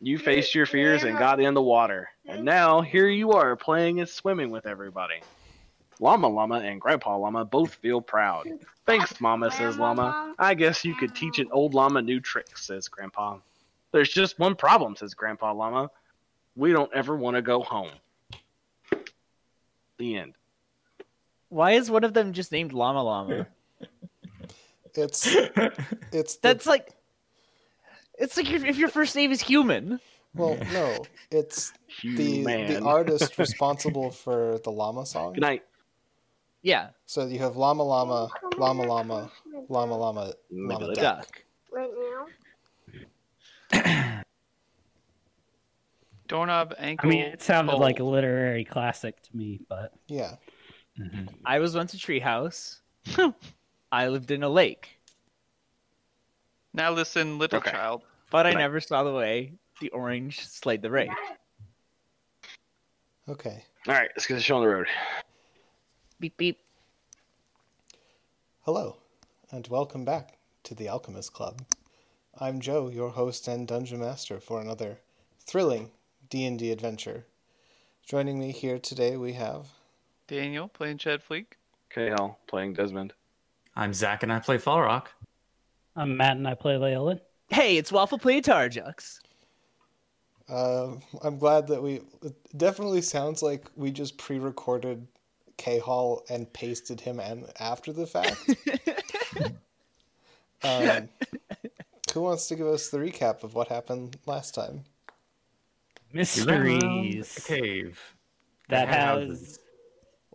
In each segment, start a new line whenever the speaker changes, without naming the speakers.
You faced your fears and got in the water. And now here you are playing and swimming with everybody. Llama Llama and Grandpa Llama both feel proud. Thanks, Mama, says Llama. I guess you could teach an old llama new tricks, says Grandpa. There's just one problem, says Grandpa Llama. We don't ever want to go home. The end.
Why is one of them just named Llama Llama?
It's it's the-
That's like, it's like if if your first name is human.
well, no, it's the the
Man.
artist responsible for the llama song.
Good night.
Yeah,
So you have llama llama llama llama llama llama
Maybe
llama
later.
duck.
duck.
Right now.
Doorknob, ankle.
I mean, it sounded
bowl.
like a literary classic to me, but
Yeah,
I was once a treehouse. I lived in a lake,
Now listen, little
Okay.
child.
but I
Right.
never saw the way the orange slayed the ray.
okay.
All right, let's get the show on the road.
Beep beep.
Hello, and welcome back to the Alchemist Club. I'm Joe, your host and dungeon master for another thrilling D&D adventure. Joining me here today we have
Daniel playing Chad Fleek.
KL playing Desmond.
I'm Zach and I play Fall Rock.
I'm Matt and I play Leolin.
Hey, it's Waffle Play Tarjux.
uh, I'm glad that we it definitely sounds like we just pre-recorded K-Hall and pasted him and after the fact. um, who wants to give us the recap of what happened last time?
Mysteries.
A cave.
that
That
has
houses.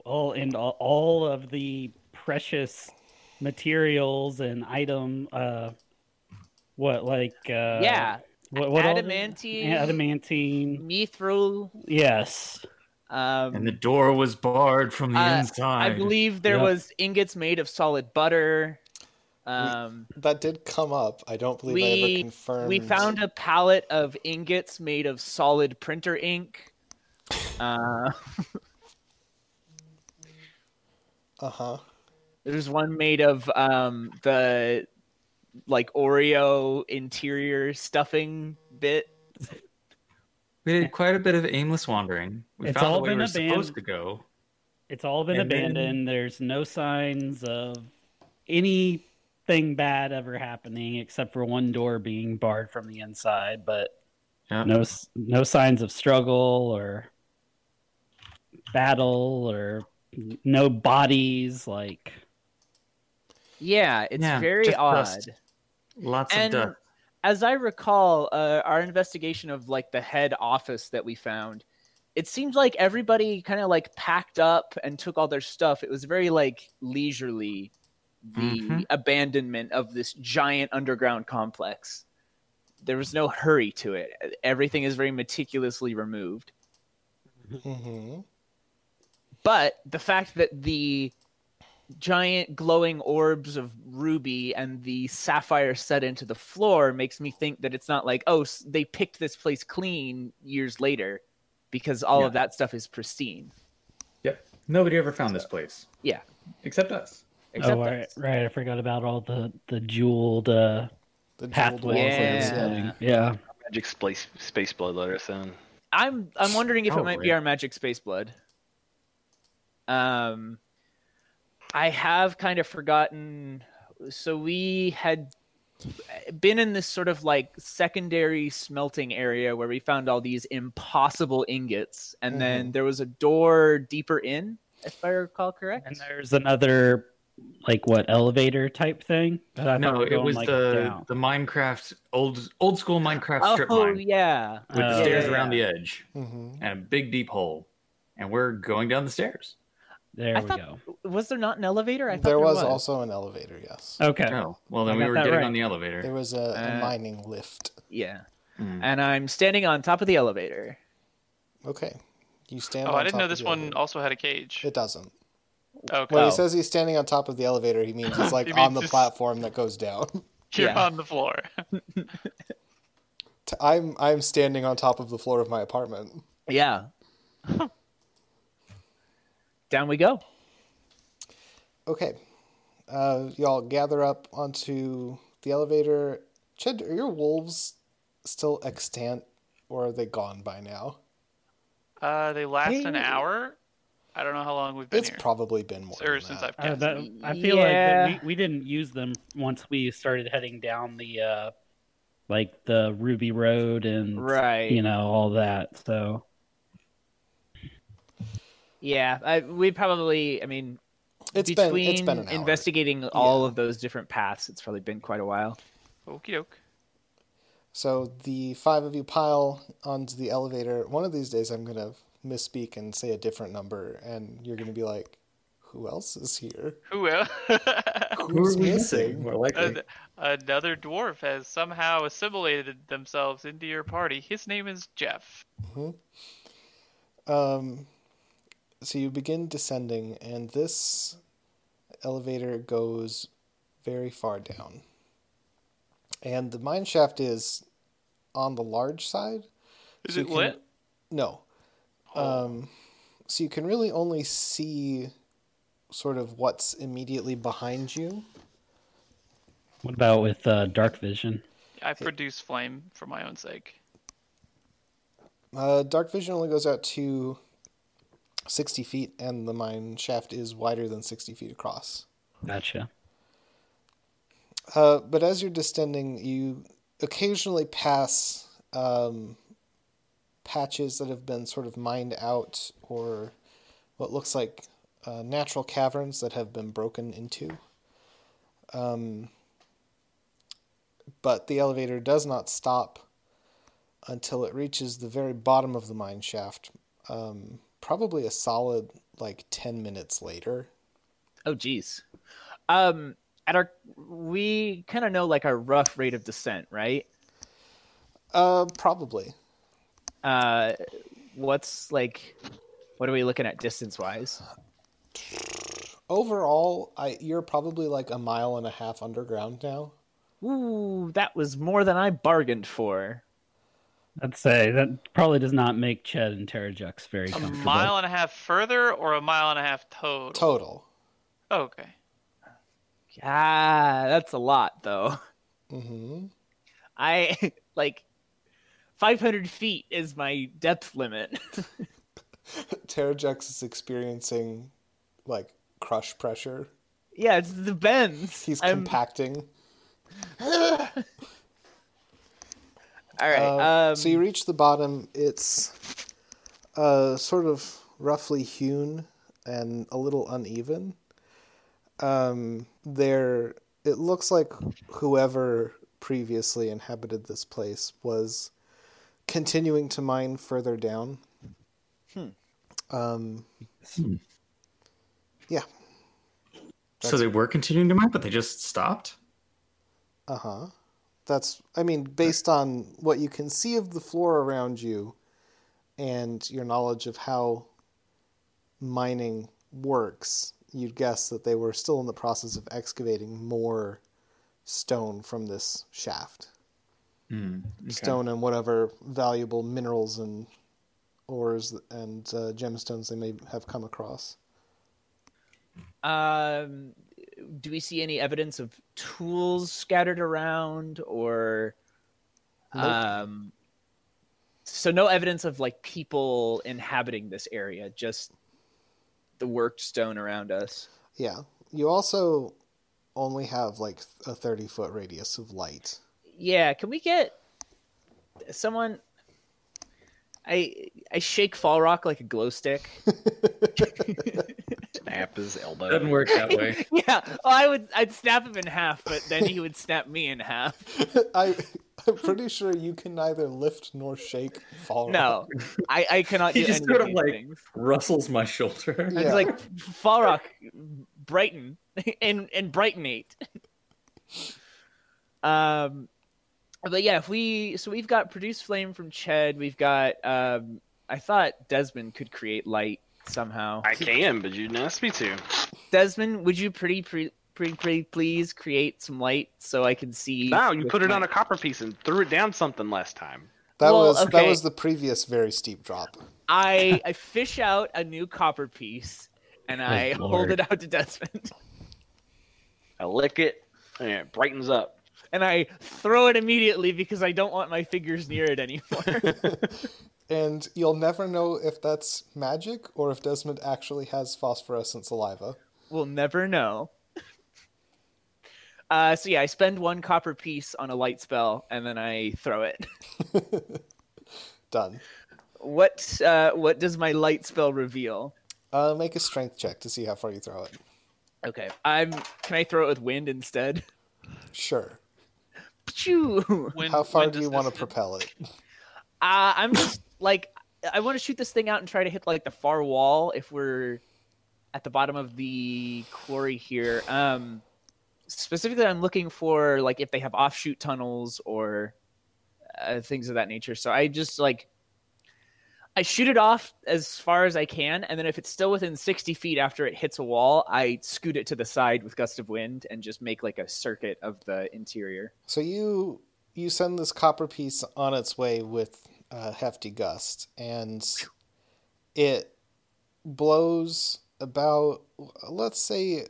all and all, all of the precious materials and item uh what like uh
yeah,
what, what all-
Adamantine.
adamantine
me through.
yes
Um,
And the door was barred from the
Uh, I
inside.
believe there
Yeah.
was ingots made of solid butter. Um,
That did come up. I don't believe I
We-
ever confirmed.
we found a pallet of ingots made of solid printer ink. Uh,
Uh-huh.
there's one made of um, the like Oreo interior stuffing bit.
we did quite a bit of aimless wandering. We
It's
found
all
the way we
been
were
abandoned.
supposed to go.
it's all been
And then-
abandoned there's no signs of anything bad ever happening except for one door being barred from the inside but
Yeah.
no s- no signs of struggle or battle or no bodies like
Yeah, it's
Yeah,
very
just
odd.
dust. Lots
And-
of dust.
as I recall, uh, our investigation of like the head office that we found, it seemed like everybody kind of like packed up and took all their stuff. It was very like leisurely, the
Mhm.
abandonment of this giant underground complex. There was no hurry to it. Everything is very meticulously removed.
Mm-hmm.
But the fact that the giant glowing orbs of ruby and the sapphire set into the floor makes me think that it's not like, oh, s- they picked this place clean years later because all of that stuff is pristine.
Nobody ever found this place.
Yeah.
Except us.
Except
oh, right,
us.
right. I forgot about all the the jeweled uh,
The jeweled
pathways.
walls,
Yeah.
yeah.
yeah.
Magic space, space blood let us in.
I'm I'm wondering if
Oh,
it might
Probably.
be our magic space blood. Um I have kind of forgotten so we had been in this sort of like secondary smelting area where we found all these impossible ingots and
Mm-hmm.
then there was a door deeper in if I recall correct.
And there's another like what elevator type thing. But I thought
No,
we were
it
going,
was
like,
the,
down.
the Minecraft old old school Minecraft strip
oh
mine
yeah.
with the
Oh,
stairs
yeah,
around the edge
Mm-hmm.
and a big deep hole. And we're going down the stairs.
There
I
we
thought-
go.
Was there not an elevator? I thought
There was
was
also an elevator, yes.
Okay.
Oh, well
I
then we
got
were
that
getting
right.
on the
There
elevator.
was a, a
Uh,
mining lift.
Yeah.
Mm.
And I'm standing on top of the elevator.
Okay. You stand
Oh,
on
I didn't
top
know
of
this
the
one
elevator.
also had a cage.
It doesn't.
Okay,
When
Oh.
he says he's standing on top of the elevator, he means he's like
He
on
means
the
just-
platform that goes down.
Oh, you're
yeah.
on the floor.
T- I'm I'm standing on top of the floor of my apartment.
Yeah. Down we go.
Okay. Uh, y'all gather up onto the elevator. Chid, are your wolves still extant, or are they gone by now?
Uh, they last an
Hey.
hour. I don't know how long we've been
It's
here.
probably been more.
or
than
since
that.
I've
Uh,
guessed.
that, I feel like that we, we didn't use them once we started heading down the uh like the Ruby Road and
Right.
you know all that. So
Yeah. I, we probably. I mean,
It's
between
been it's been an hour.
investigating all
Yeah.
of those different paths, it's probably been quite a while.
Okie doke.
So the five of you pile onto the elevator. One of these days, I'm gonna misspeak and say a different number, and you're gonna be like, "Who else is here?
Who else?
Who's missing?"
More likely.
An- Another dwarf has somehow assimilated themselves into your party. His name is Jeff.
Um, so you begin descending, and this elevator goes very far down. And the mine shaft is on the large side.
Is
So
it
you can-
lit?
No. Um, so you can really only see sort of what's immediately behind you.
what about with uh, dark vision?
I produce flame for my own sake.
Uh, dark vision only goes out to 60 feet, and the mine shaft is wider than 60 feet across.
Gotcha.
Uh, but as you're descending, you occasionally pass um, patches that have been sort of mined out or what looks like uh, natural caverns that have been broken into. Um, but the elevator does not stop until it reaches the very bottom of the mine shaft, um, probably a solid like 10 minutes later.
Oh, geez. Um, at our, we kind of know like our rough rate of descent, right?
Uh, probably.
Uh, what's like, what are we looking at distance wise?
overall i you're probably like a mile and a half underground now
Ooh, that was more than I bargained for.
I'd say that probably does not make Ched and Terrajux very
A
comfortable.
mile and a half further or a mile and a half total?
total
Oh, okay.
Ah, that's a lot though.
mm-hmm.
I like 500 feet is my depth limit.
terrajex is experiencing like crush pressure
yeah, it's the bends.
he's
I'm-
compacting
All right.
Uh,
um,
so you reach the bottom it's uh, sort of roughly hewn and a little uneven um, there it looks like whoever previously inhabited this place was continuing to mine further down
Hmm.
um,
Hmm.
Yeah.
So they were continuing to mine, but they just stopped.
Uh huh. That's, I mean, based on what you can see of the floor around you and your knowledge of how mining works, you'd guess that they were still in the process of excavating more stone from this shaft.
Hmm. Okay.
Stone and whatever valuable minerals and ores and uh, gemstones they may have come across.
Um, do we see any evidence of tools scattered around or
Nope.
um so no evidence of like people inhabiting this area, just the worked stone around us.
Yeah. You also only have like a 30 foot radius of light.
Yeah, can we get someone I I shake Fall Rock like a glow stick.
Snap his
Doesn't
elbow.
work that way.
yeah, well, I would I'd snap him in half, but then he would snap me in half.
I, I'm pretty sure you can neither lift nor shake fall.
No, I, I cannot
He
do
just
any
sort
of
of,
these
like-
things.
Rustles my shoulder.
Yeah.
It's like Falrock, Brighton, and and Brightonate. um, but yeah, if we so we've got produce flame from Ched. We've got um, I thought Desmond could create light somehow.
I can, but you didn't ask me to.
Desmond, would you pretty pre, pretty pretty please create some light so I can see?
Now you
with
put it
my-
on a copper piece and threw it down something last time.
That
Well,
was that
okay.
was the previous very steep drop.
I I fish out a new copper piece and I hold
Lord.
it out to Desmond.
I lick it, and it brightens up.
and I throw it immediately because I don't want my fingers near it anymore.
And you'll never know if that's magic or if Desmond actually has phosphorescent saliva.
we'll never know. Uh, so yeah, I spend one copper piece on a light spell and then I throw it.
Done.
What uh, what does my light spell reveal?
Uh, make a strength check to see how far you throw it.
Okay, I'm. Can I throw it with wind instead?
Sure.
Pshoo!
When,
How far
when
do
does
you want to
this-
propel it?
Uh, I'm just like I want to shoot this thing out and try to hit like the far wall if we're at the bottom of the quarry here. Um, specifically, I'm looking for like if they have offshoot tunnels or uh, things of that nature. So I just like I shoot it off as far as I can, and then if it's still within 60 feet after it hits a wall, I scoot it to the side with gust of wind and just make like a circuit of the interior.
So you you send this copper piece on its way with a hefty gust, and it blows about let's say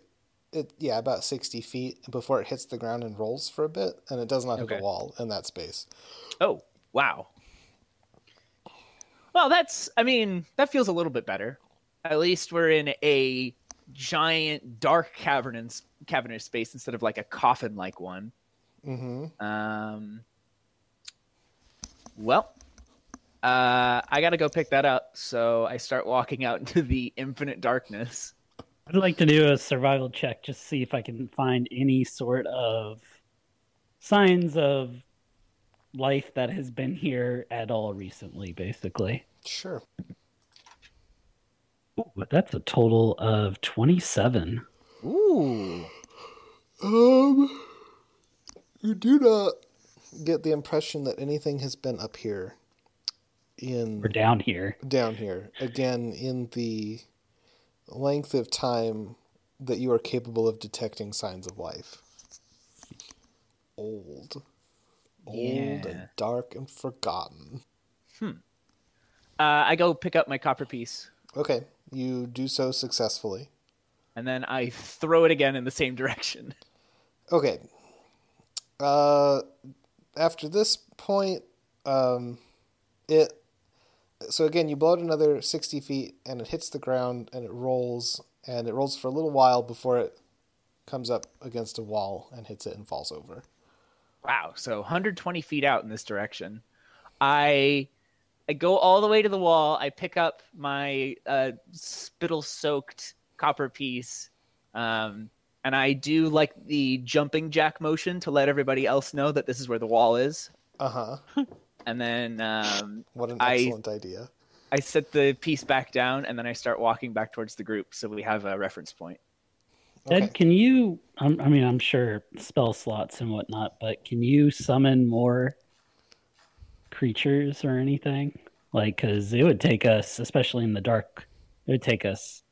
it yeah about sixty feet before it hits the ground and rolls for a bit, and it does not hit
Okay.
the wall in that space.
Oh, wow. Well, that's, I mean, that feels a little bit better. At least we're in a giant, dark, cavernous, cavernous space instead of like a coffin like one.
Mm-hmm.
Um, well, uh, I gotta go pick that up, so I start walking out into the infinite darkness.
I'd like to do a survival check just to see if I can find any sort of signs of life that has been here at all recently, basically.
Sure.
Ooh, that's a total of 27.
Ooh.
Um, you do not get the impression that anything has been up here in
We're down here.
down here again in the length of time that you are capable of detecting signs of life. Old, old
Yeah.
and dark and forgotten.
Uh, I go pick up my copper piece,
Okay, you do so successfully.
and then I throw it again in the same direction.
Okay. Uh, after this point, um, it. So again, you blow it another 60 feet and it hits the ground and it rolls and it rolls for a little while before it comes up against a wall and hits it and falls over.
Wow. So 120 feet out in this direction. I I go all the way to the wall. I pick up my uh, spittle soaked copper piece. Um, and I do like the jumping jack motion to let everybody else know that this is where the wall is.
Uh huh.
And then um,
What an
I-
excellent idea.
I set the piece back down and then I start walking back towards the group so we have a reference point.
Okay.
Ed, can you? I'm- I mean, I'm sure spell slots and whatnot, but can you summon more creatures or anything? Like, because it would take us, especially in the dark, it would take us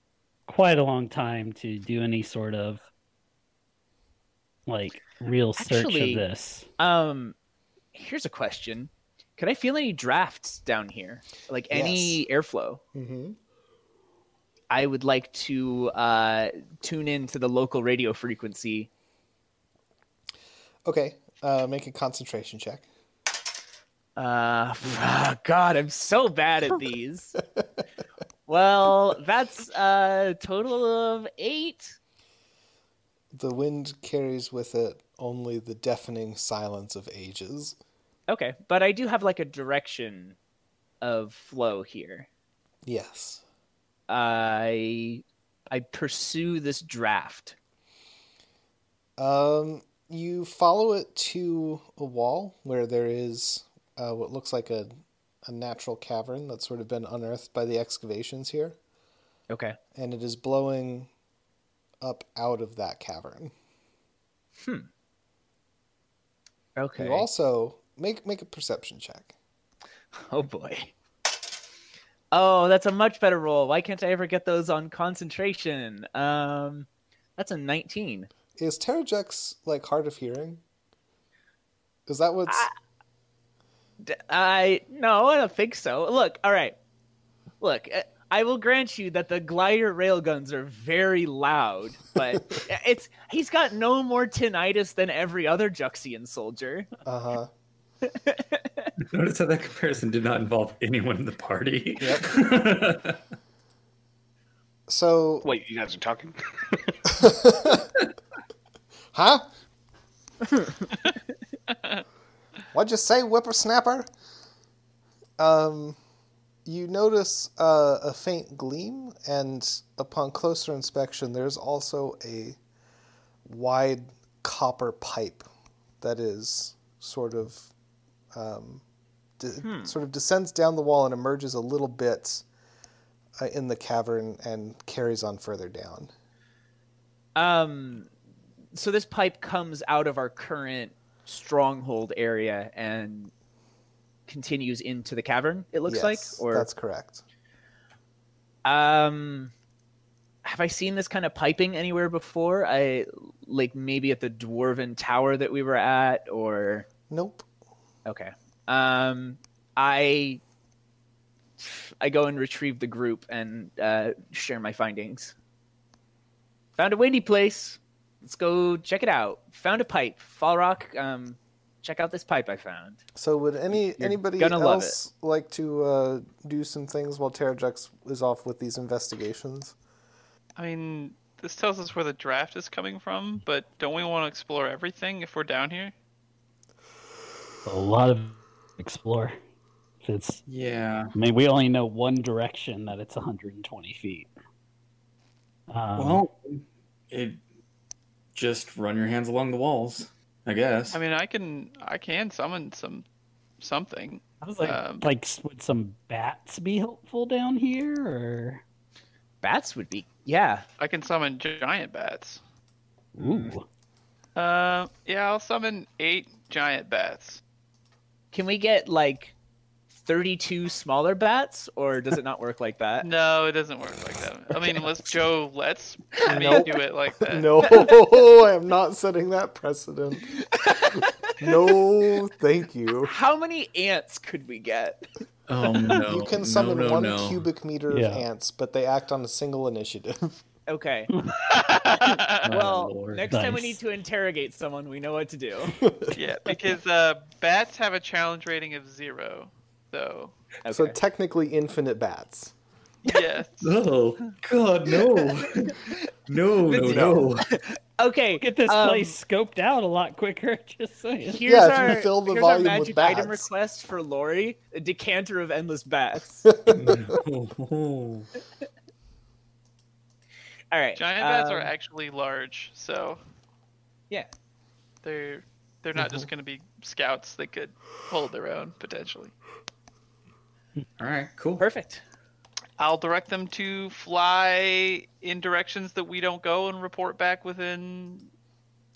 quite a long time to do any sort of like real search
Actually-
of this.
Um, here's a question. Could I feel any drafts down here? Like any airflow?
Mm-hmm.
I would like to uh, tune in to the local radio frequency.
Okay. Uh, make a concentration check.
Uh, God, I'm so bad at these. well, that's uh, a total of eight.
The wind carries with it only the deafening silence of ages.
Okay, but I do have like a direction of flow here.
Yes.
I I pursue this draft.
Um, you follow it to a wall where there is uh, what looks like a a natural cavern that's sort of been unearthed by the excavations here,
Okay.
and it is blowing up out of that cavern.
Okay.
You also make make a perception check.
Oh boy. Oh, that's a much better roll. Why can't I ever get those on concentration? Um, that's a 19.
Is Terrajex like hard of hearing? Is that what's
D- I no, I don't think so. Look, all right. Look, uh, I will grant you that the glider railguns are very loud, but uh, it's he's got no more tinnitus than every other Juxian soldier.
Uh huh.
Notice how that comparison did not involve anyone in the party.
So
Wait, you guys are talking?
Huh? What'd you say, whippersnapper? Um, you notice uh, a faint gleam, and upon closer inspection, there's also a wide copper pipe that is sort of um, de- sort of descends down the wall and emerges a little bit uh, in the cavern and carries on further down.
Um, so this pipe comes out of our current stronghold area and continues into the cavern. It looks like,
Yes,
or
that's correct.
um, have I seen this kind of piping anywhere before? I like maybe at the dwarven tower that we were at, or
Nope.
okay. Um, I I go and retrieve the group and uh, share my findings. Found a windy place. Let's go check it out. Found a pipe. Fall Rock. Um, check out this pipe I found.
So would any anybody
gonna love it.
else like to uh, do some things while Terrajux is off with these investigations?
I mean, this tells us where the draft is coming from, but don't we want to explore everything if we're down here?
A lot of explore. If It's.
Yeah.
I mean, we only know one direction that it's 120 feet. Um,
Well, it just run your hands along the walls, I guess.
I mean, I can I can summon some something.
I was like,
um,
like, s- would some bats be helpful down here? Or
Bats would be yeah.
I can summon giant bats.
ooh,
Uh, yeah, I'll summon eight giant bats.
Can we get like 32 smaller bats or does it not work like that?
No, it doesn't work like that. I mean, unless Joe lets me
Nope.
do it like
Uh.
that.
No, I am not setting that precedent. no, thank you.
How many ants could we get?
oh no.
You can summon
no, no,
one
no.
cubic meter
Yeah.
of ants, but they act on a single initiative.
Okay.
Oh,
Well,
Lord.
next time we
Nice.
need to interrogate someone, we know what to do.
yeah, because uh, bats have a challenge rating of zero. So
So
Okay.
technically, infinite bats.
yes,
Oh God, no, no, no, no!
okay.
get this
um,
place scoped out a lot quicker. Just saying.
Here's
Yeah, if
our,
you fill the
here's our
volume with
magic item
bats.
request for Lori, a decanter of endless bats.
No.
All right.
giant bats are
um,
actually large. So
Yeah.
they're they're not
Mm-hmm.
just going to be scouts that could hold their own potentially.
All right, cool.
perfect.
I'll direct them to fly in directions that we don't go and report back within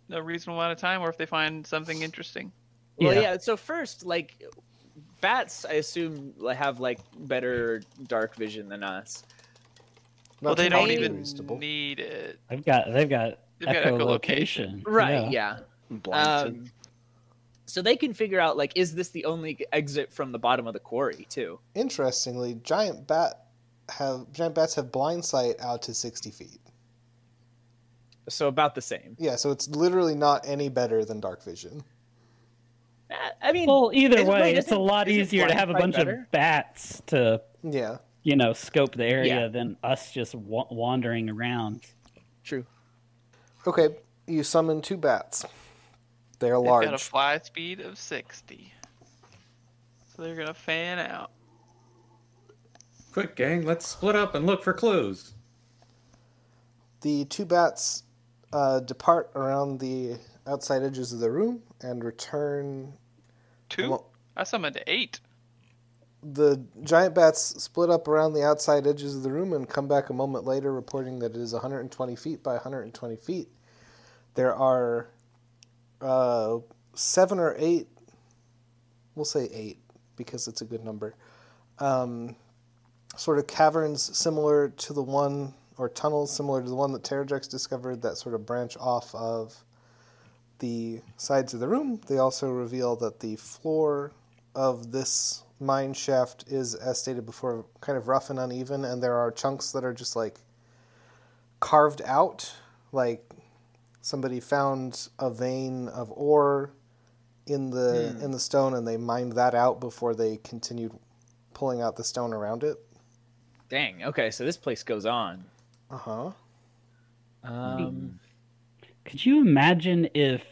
a reasonable amount of time, or if they find something interesting.
Well,
Yeah.
yeah. So first, like, bats, I assume like, have like better dark vision than us.
well, they don't
completely
even
reasonable.
need it.
They've got they've got
They've got
echolocation.
Right. Yeah.
Blinded.
Um, so they can figure out like, is this the only exit from the bottom of the quarry too?
Interestingly, giant bat have giant bats have blind sight out to sixty feet.
So about the same.
Yeah, so it's literally not any better than dark vision.
I- I mean,
Well, either
Isn't-
way,
wait,
it's a
isn't-
lot
isn't
easier to have a
Wi-Fi
bunch
better?
of bats to
Yeah.
you know scope the area
Yeah.
than us just wa- wandering around.
true.
Okay, you summon two bats. They're
They've got a
large.
fly speed of 60. So they're going to fan out.
Quick, gang, let's split up and look for clues.
The two bats uh, depart around the outside edges of the room and return.
Two?
Well-
I summoned eight.
The giant bats split up around the outside edges of the room and come back a moment later reporting that it is 120 feet by 120 feet. There are uh, seven or eight, we'll say eight because it's a good number, um, sort of caverns similar to the one, or tunnels similar to the one that Terrajex discovered that sort of branch off of the sides of the room. They also reveal that the floor of this mine shaft is, as stated before, kind of rough and uneven, and there are chunks that are just like carved out, like somebody found a vein of ore in the in the stone, and they mined that out before they continued pulling out the stone around it.
Dang. Okay, so this place goes on.
Uh huh.
Mm,
Um,
Could you imagine if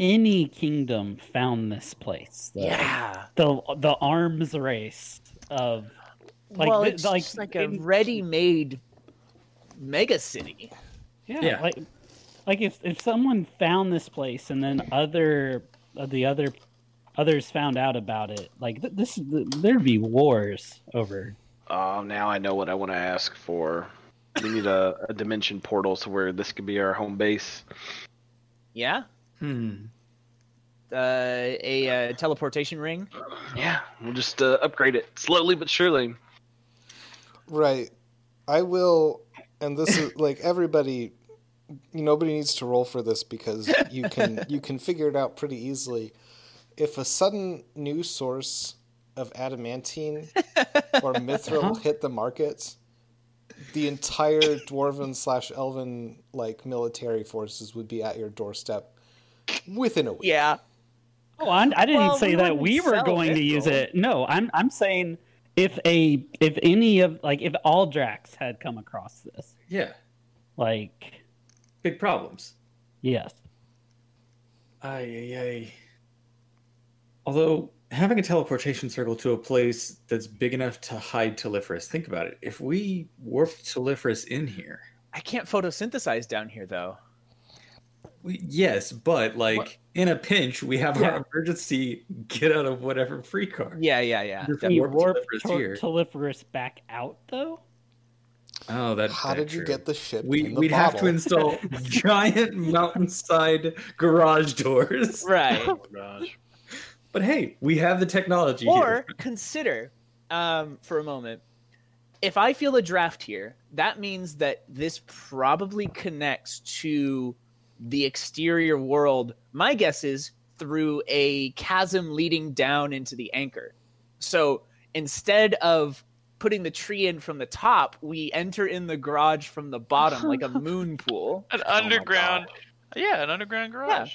any kingdom found this place? The,
yeah.
The the arms race of Like,
well,
thi-
it's
like,
just like a
in-
ready-made mega city.
yeah,
Yeah.
like like if if someone found this place and then other uh, the other others found out about it, like th- this th- there'd be wars over.
Oh, now I know what I want to ask for. We need a, a dimension portal to where this could be our home base.
Yeah.
Hmm.
Uh, a uh, teleportation ring.
Yeah, we'll just uh, upgrade it slowly but surely.
Right. I will, and this is like everybody. Nobody needs to roll for this because you can you can figure it out pretty easily. If a sudden new source of adamantine or mithril
Uh-huh.
hit the market, the entire dwarven slash elven like military forces would be at your doorstep within a week.
Yeah.
Oh, I'm, I didn't
Well,
say
we
that
wouldn't
we were
sell
going
it,
to use
though.
it. No, I'm I'm saying if a if any of like if all Drax had come across this,
Yeah.
like
Big problems.
yes,
Aye, aye, aye. Although having a teleportation circle to a place that's big enough to hide Telephorus, think about it. If we warped Telephorus in here,
I can't photosynthesize down here though.
we, yes, but like
What?
in a pinch, we have
Yeah.
our emergency get out of whatever free car.
Yeah, yeah, yeah.
Just
That-
we
warp
warp
Telephorus
Tor-
here.
Telephorus back out though.
Oh, that.
How did you get
the?
the ship?
We,
in the
we'd have to
bottle?
install giant mountainside garage doors.
Right.
gosh.
But hey, we have the technology
or
here.
consider um, for a moment if i feel a draft here that means that this probably connects to the exterior world my guess is through a chasm leading down into the anchor so instead of putting the tree in from the top we enter in the garage from the bottom like a moon pool
Oh
An underground, yeah, an underground garage,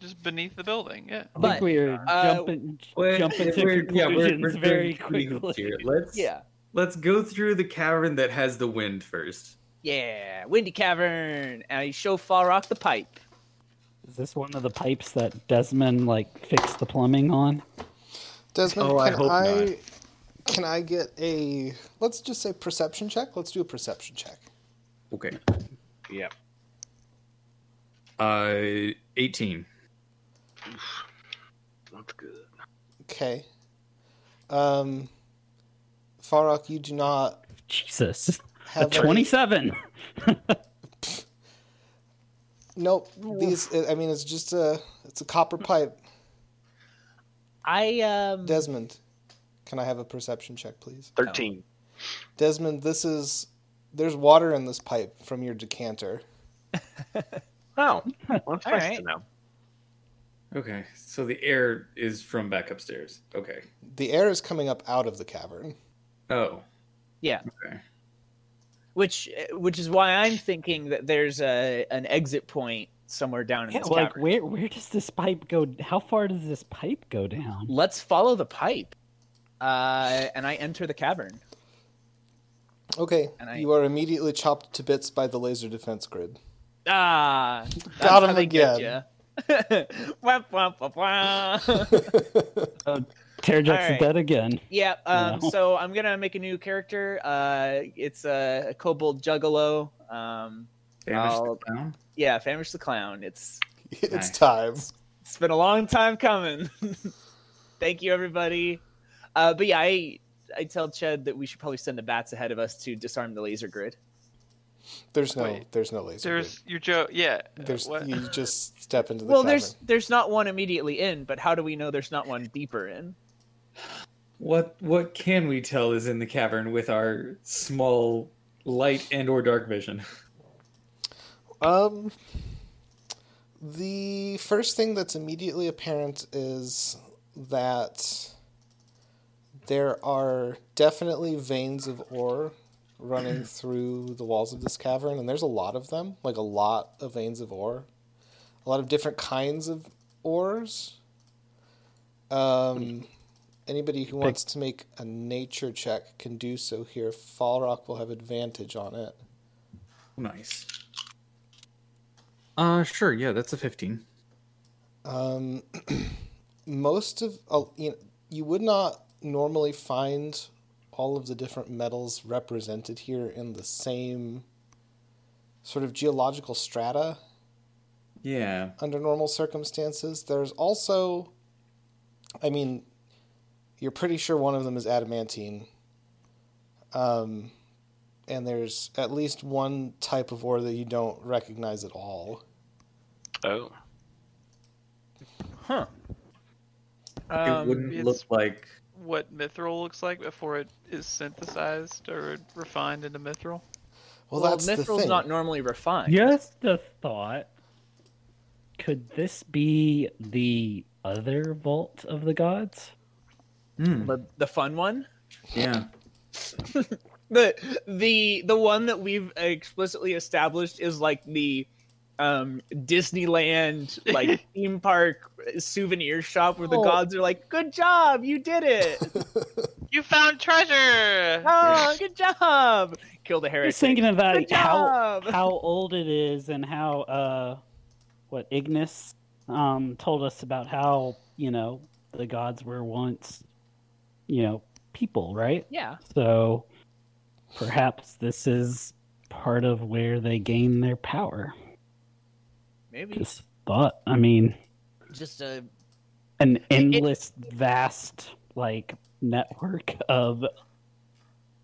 just beneath the building. Yeah.
I
But,
think we are
uh,
jumping
We're-
jumping to
we're-
conclusions
yeah, we're- we're doing
very
conclusions
quickly.
here. Let's
yeah
let's go through the cavern that has the wind first.
yeah windy cavern and i show far off the pipe
Is this one of the pipes that Desmond like fixed the plumbing on?
Desmond,
Oh, I
can
hope
I can I get a let's just say perception check? Let's do a perception check.
Okay.
Yep.
Uh, eighteen.
That's good.
Okay. Um Farok, you do not
Jesus, a
have
twenty-seven.
A, nope. These I mean it's just a it's a copper pipe.
i um
Desmond, can I have a perception check, please?
13.
Desmond, this is there's water in this pipe from your decanter.
Oh, well, that's
All
nice
right.
to know.
Okay, so the air is from back upstairs. Okay.
The air is coming up out of the cavern.
Oh.
Yeah.
Okay.
which eh, which is why I'm thinking that there's a an exit point somewhere down in
Yeah,
this
like
cavern.
where where does this pipe go? How far does this pipe go down?
Let's follow the pipe, uh, and I enter the cavern.
Okay.
And I-
You are immediately chopped to bits by the laser defense grid.
Ah, that's
Got him
how they get
again.
ya. Wah, wah, wah, wah.
Terrajek's
Alright.
dead again.
yeah. Um,
No.
So I'm gonna make a new character. Uh, it's a, a kobold juggalo. Um,
Damage
I'll-
the clown?
yeah, Famish the clown. It's
it's
Nice.
time.
it's been a long time coming. Thank you, everybody. Uh, but yeah, I I tell Chad that we should probably send the bats ahead of us to disarm the laser grid.
There's no
Wait.
there's no laser. grid.
There's your Joe. Yeah. uh,
There's
what?
you just step into the
well,
cavern.
there's there's not one immediately in, but how do we know there's not one deeper in?
What what can we tell is in the cavern with our small light and or dark vision?
Um, the first thing that's immediately apparent is that There are definitely veins of ore running through the walls of this cavern, and there's a lot of them, like a lot of veins of ore, a lot of different kinds of ores. Um, anybody who wants to make a nature check can do so here. Falrock will have advantage on it.
Oh, Nice. Uh, sure. Yeah, that's a 15.
Um, most of uh, you, know, you would not normally find all of the different metals represented here in the same sort of geological strata
Yeah.
under normal circumstances. There's also, I mean, you're pretty sure one of them is adamantine. Um, and there's at least one type of ore that you don't recognize at all.
Oh.
Huh. Um,
it wouldn't
it's-
look like.
What mithril looks like before it is synthesized or refined into mithril?
Well, that's the
Mithril's
thing.
not normally refined.
Just a thought. Could this be the other vault of the gods?
Mm,
The, the fun one,
yeah.
the the the one that we've explicitly established is like the um Disneyland like theme park souvenir shop where the
Oh.
gods are like, "Good job, you did it!
You found treasure. Ah!
Oh, good job! Kill the heretic."
Just thinking about
Good
how
job.
how old it is and how uh what Ignis um told us about how, you know, the gods were once you know, people, right?
yeah.
So perhaps this is part of where they gain their power.
Maybe
Just thought. I mean,
just a
an endless, vast like network of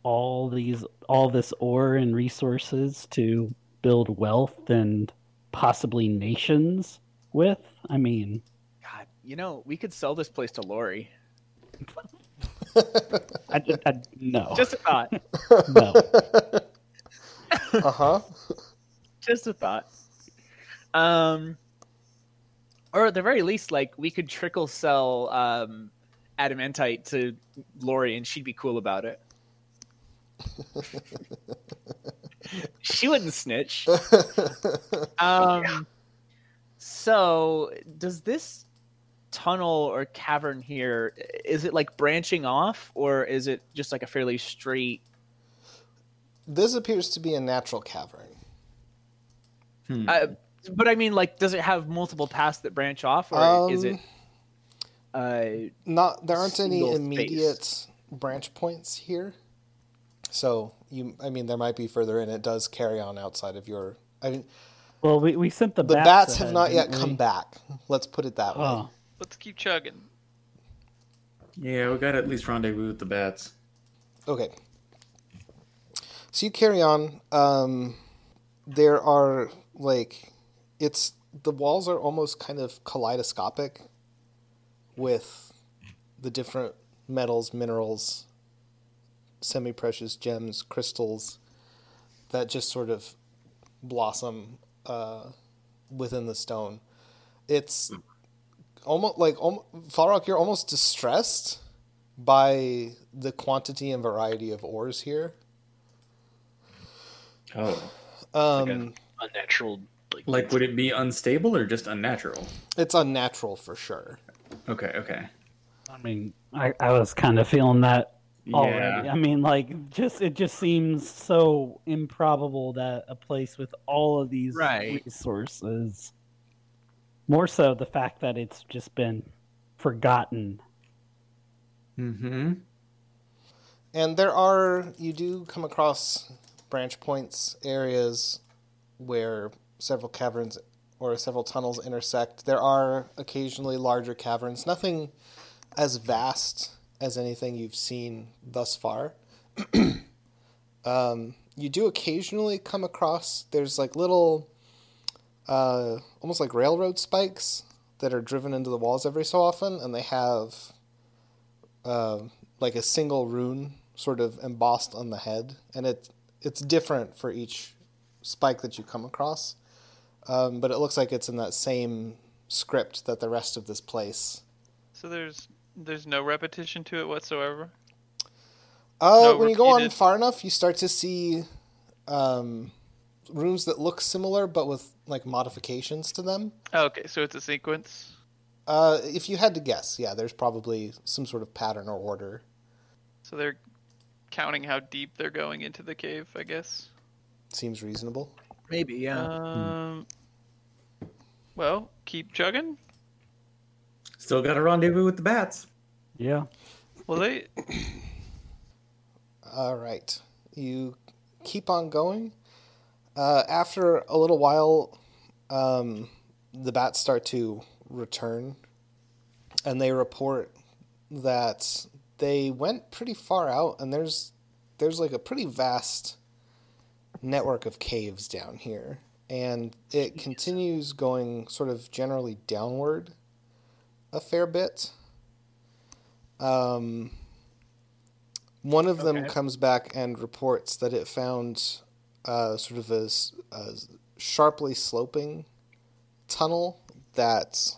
all these, all this ore and resources to build wealth and possibly nations with. I mean,
God. You know, we could sell this place to Lori.
I, I- no,
Just a thought.
no.
uh huh.
just a thought. Um, or at the very least, like we could trickle sell um, adamantite to Lori, and she'd be cool about it. she wouldn't snitch. Um, so does this tunnel or cavern here is it like branching off, or is it just like a fairly straight?
this appears to be a natural cavern.
Hmm.
Uh, but I mean, like, does it have multiple paths that branch off, or is it?
Um,
Uh,
Not there aren't any
Single
immediate branch points here, so you. I mean, there might be further in. It does carry on outside of your. I mean,
Well, we, we sent the,
the
bats,
bats have
ahead,
not yet
didn't
come
we?
back. Let's put it that way.
Oh,
Let's keep chugging.
Yeah, we got at least rendezvous with the bats.
Okay. So you carry on. Um, there are like, it's the walls are almost kind of kaleidoscopic, with the different metals, minerals, semi-precious gems, crystals, that just sort of blossom uh, within the stone. It's almost like um, Falrock, you're almost distressed by the quantity and variety of ores here.
Oh.
Um,
Unnatural. Like,
Like, would it be unstable or just unnatural?
It's unnatural for sure.
Okay, okay.
I mean, I, I was kind of feeling that already.
Yeah.
I mean, like, just it just seems so improbable that a place with all of these
Right.
resources, more so the fact that it's just been forgotten.
Mm-hmm.
And there are, you do come across branch points, areas where several caverns or several tunnels intersect. There are occasionally larger caverns, nothing as vast as anything you've seen thus far. um, you do occasionally come across, there's like little, uh, almost like railroad spikes that are driven into the walls every so often, and they have. Uh, like a single rune sort of embossed on the head, and it it's different for each spike that you come across. Um, but it looks like it's in that same script that the rest of this place.
So there's there's no repetition to it whatsoever.
Uh,
No,
when you go on
repeated.
far enough, you start to see um, rooms that look similar but with like modifications to them.
Okay, so it's a sequence.
Uh, if you had to guess, yeah, there's probably some sort of pattern or order.
So they're counting how deep they're going into the cave, I guess.
Seems reasonable.
Maybe, yeah.
Um. Well, keep chugging.
Still got a rendezvous with the bats.
Yeah.
Well, they
All right. You keep on going. Uh, after a little while, um, the bats start to return, and they report that they went pretty far out, and there's there's like a pretty vast network of caves down here, and it continues going sort of generally downward a fair bit. Um, one of them
Okay.
comes back and reports that it found uh, sort of a, s- a s- sharply sloping tunnel that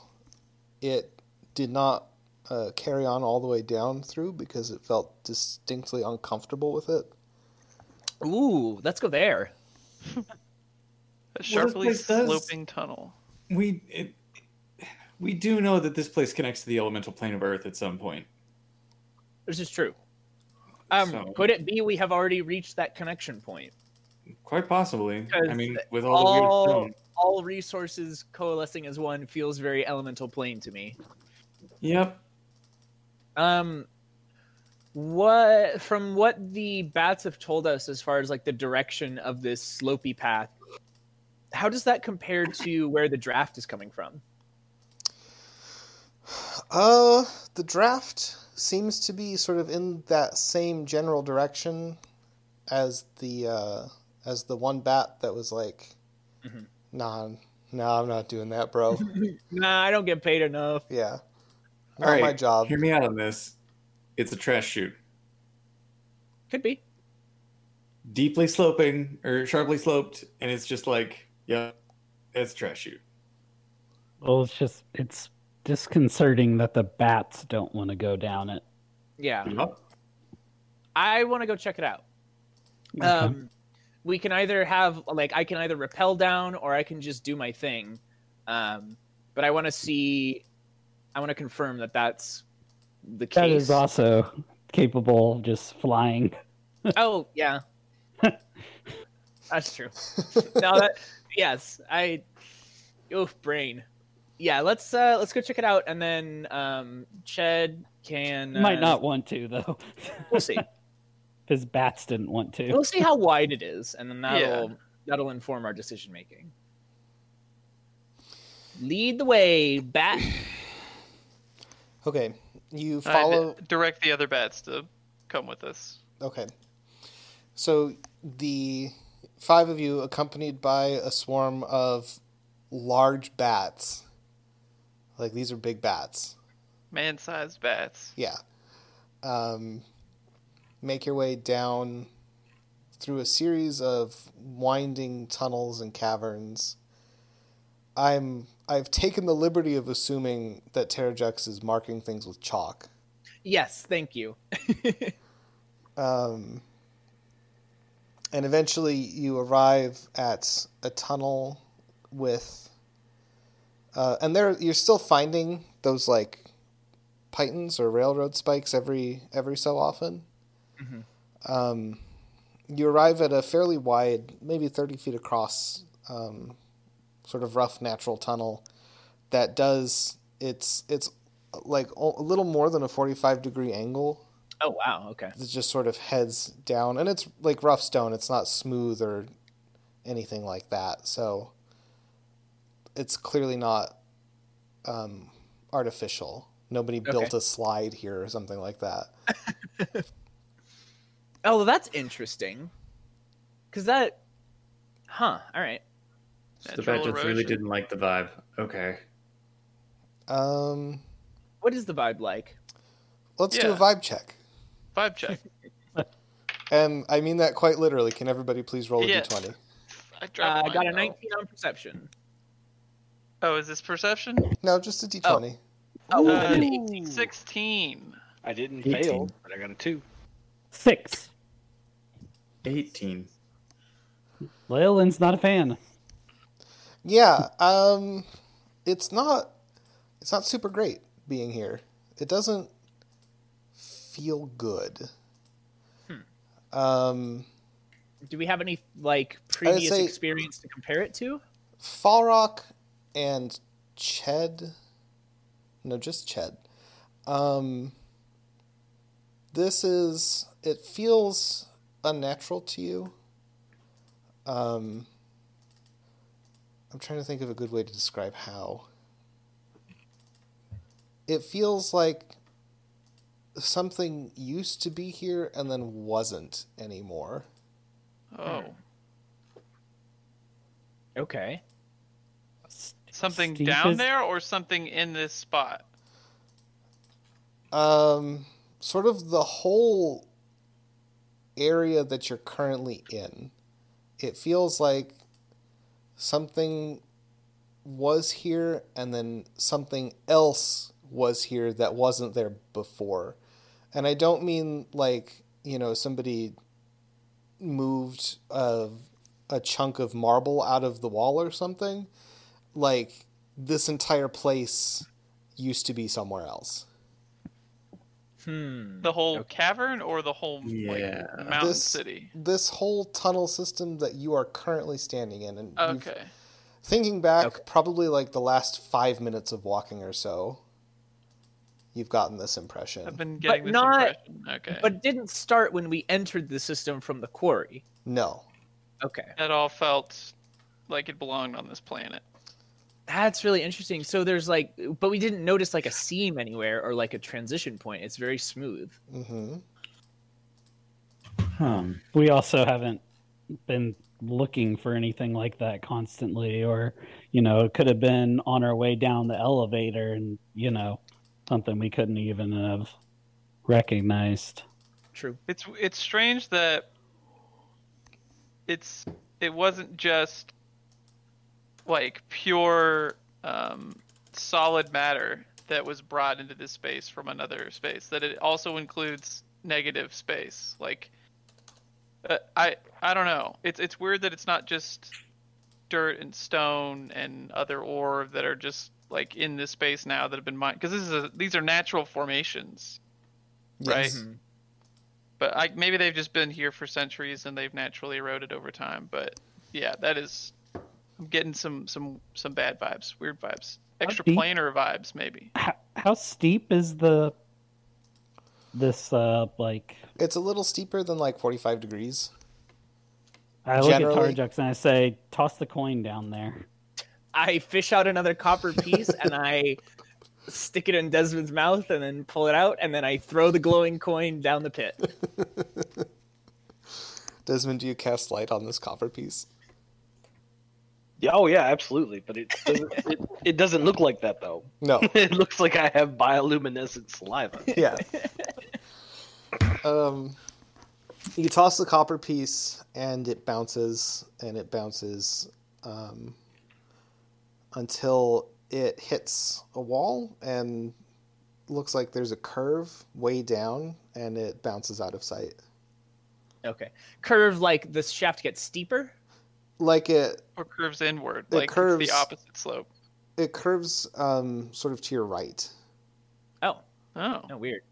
it did not uh, carry on all the way down through because it felt distinctly uncomfortable with it.
uh, Ooh, let's go there.
a sharply
place does-
sloping tunnel.
We it, we do know that this place connects to the elemental plane of Earth at some point.
This is true. Um,
So-
could it be we have already reached that connection point?
Quite possibly. I
'Cause
mean, with all, the
All
weird stuff.
all resources coalescing as one feels very elemental plane to me.
Yep.
Um, what from what the bats have told us as far as like the direction of this slopey path, how does that compare to where the draft is coming from?
Uh, the draft seems to be sort of in that same general direction as the uh, as the one bat that was like,
Mhm.
nah, nah, I'm not doing that, bro.
Nah, I don't get paid enough.
yeah, not
All right.
my job.
Hear me out on this. It's a trash chute.
Could be.
Deeply sloping or sharply sloped, and it's just like, yep, it's a trash chute.
Well, it's just it's disconcerting that the bats don't want to go down it.
Yeah,
Yep.
I want to go check it out. Um, we can either have like I can either rappel down or I can just do my thing. Um, but I want to see. I want to confirm that that's the case.
that is also capable of just flying.
Oh yeah, that's true. No, that yes, I. Oof, brain. Yeah, let's uh let's go check it out, and then um Ched can uh,
Might not want to though.
We'll see.
His bats didn't want to.
We'll see how wide it is, and then
Yeah.
that'll that'll inform our decision making. Lead the way, bat.
Okay, you
I
follow.
d- direct the other bats to come with us.
Okay. So the five of you, accompanied by a swarm of large bats, like these are big bats.
Man-sized bats.
Yeah. Um, make your way down through a series of winding tunnels and caverns. I'm I've taken the liberty of assuming that Terrajux is marking things with chalk.
Yes, thank you.
Um, and eventually you arrive at a tunnel with uh, and there you're still finding those like pythons or railroad spikes every every so often um, you arrive at a fairly wide maybe 30 feet across um, sort of rough natural tunnel that does it's it's like a a little more than a 45 degree angle
Oh wow, okay.
it just sort of heads down and it's like rough stone it's not smooth or anything like that so it's clearly not um, artificial nobody built a slide here or something like that
Oh, well, that's interesting. Cause that, huh? All right.
The
Natural
bat just really
erosion.
didn't like the vibe. Okay.
um,
What is the vibe like?
let's do a
Yeah.
vibe check
Vibe check.
and i mean that quite literally can everybody please roll a
Yeah.
20
I
Uh, I
dropped mine,
got a
though.
19 on perception.
Oh, is this perception?
no just a d20
Oh,
Uh,
really?
Sixteen.
I didn't
18.
fail, but I got a two.
Six.
18.
Leyland's not a fan.
Yeah, um, it's not it's not super great being here. It doesn't feel good. Um,
Do we have any like previous
say-
experience to compare it to?
Fall Rock and Ched. No, just Ched. Um, this is. It feels unnatural to you. Um, I'm trying to think of a good way to describe how. It feels like something used to be here and then wasn't anymore.
Oh,
Okay.
something
Steve
down
is-
there or something in this spot?
Um, sort of the whole area that you're currently in. It feels like something was here and then something else was here that wasn't there before. And I don't mean like, you know, somebody moved a, a chunk of marble out of the wall or something. Like, this entire place used to be somewhere else.
Hmm.
The whole cavern or the whole
Yeah.
like, mountain
This-
city?
this whole tunnel system that you are currently standing in and you've-
Okay.
thinking back
Okay.
probably like the last five minutes of walking or so you've gotten this impression
I've been getting this
not-
impression. Okay.
But it didn't start when we entered the system from the quarry.
no
Okay.
that all felt like it belonged on this planet.
That's really interesting. So there's like but we didn't notice like a seam anywhere or like a transition point. It's very smooth.
mm-hmm.
Hmm.
We also haven't been looking for anything like that constantly, or, you know, it could have been on our way down the elevator and, you know, something we couldn't even have recognized.
True.
It's it's strange that it's it wasn't just like pure um, solid matter that was brought into this space from another space. That it also includes negative space. Like uh, I I don't know. It's it's weird that it's not just dirt and stone and other ore that are just like in this space now that have been mined because this is a, these are natural formations Right.
Mhm.
Mm-hmm. but I, maybe they've just been here for centuries and they've naturally eroded over time. But yeah, that is, I'm getting some some some bad vibes, weird vibes, extra
deep?
planar vibes maybe.
How, how steep is the, this, uh, like,
it's a little steeper than like 45 degrees
I look
Generally-
at Tarjux and I say, toss the coin down there.
I fish out another copper piece and I stick it in Desmond's mouth and then pull it out and then I throw the glowing coin down the pit.
desmond do you cast light on this copper piece
Yeah, oh yeah, absolutely. But it doesn't, it, it doesn't look like that though.
no
it looks like I have bioluminescent saliva.
yeah. Um, you toss the copper piece, and it bounces, and it bounces um, until it hits a wall, and looks like there's a curve way down, and it bounces out of sight.
Okay. Curve like the shaft gets steeper.
Like it,
Or curves inward,
It
like it's
curves.
the opposite slope.
it curves um, sort of to your right.
Oh,
Oh,
no, weird.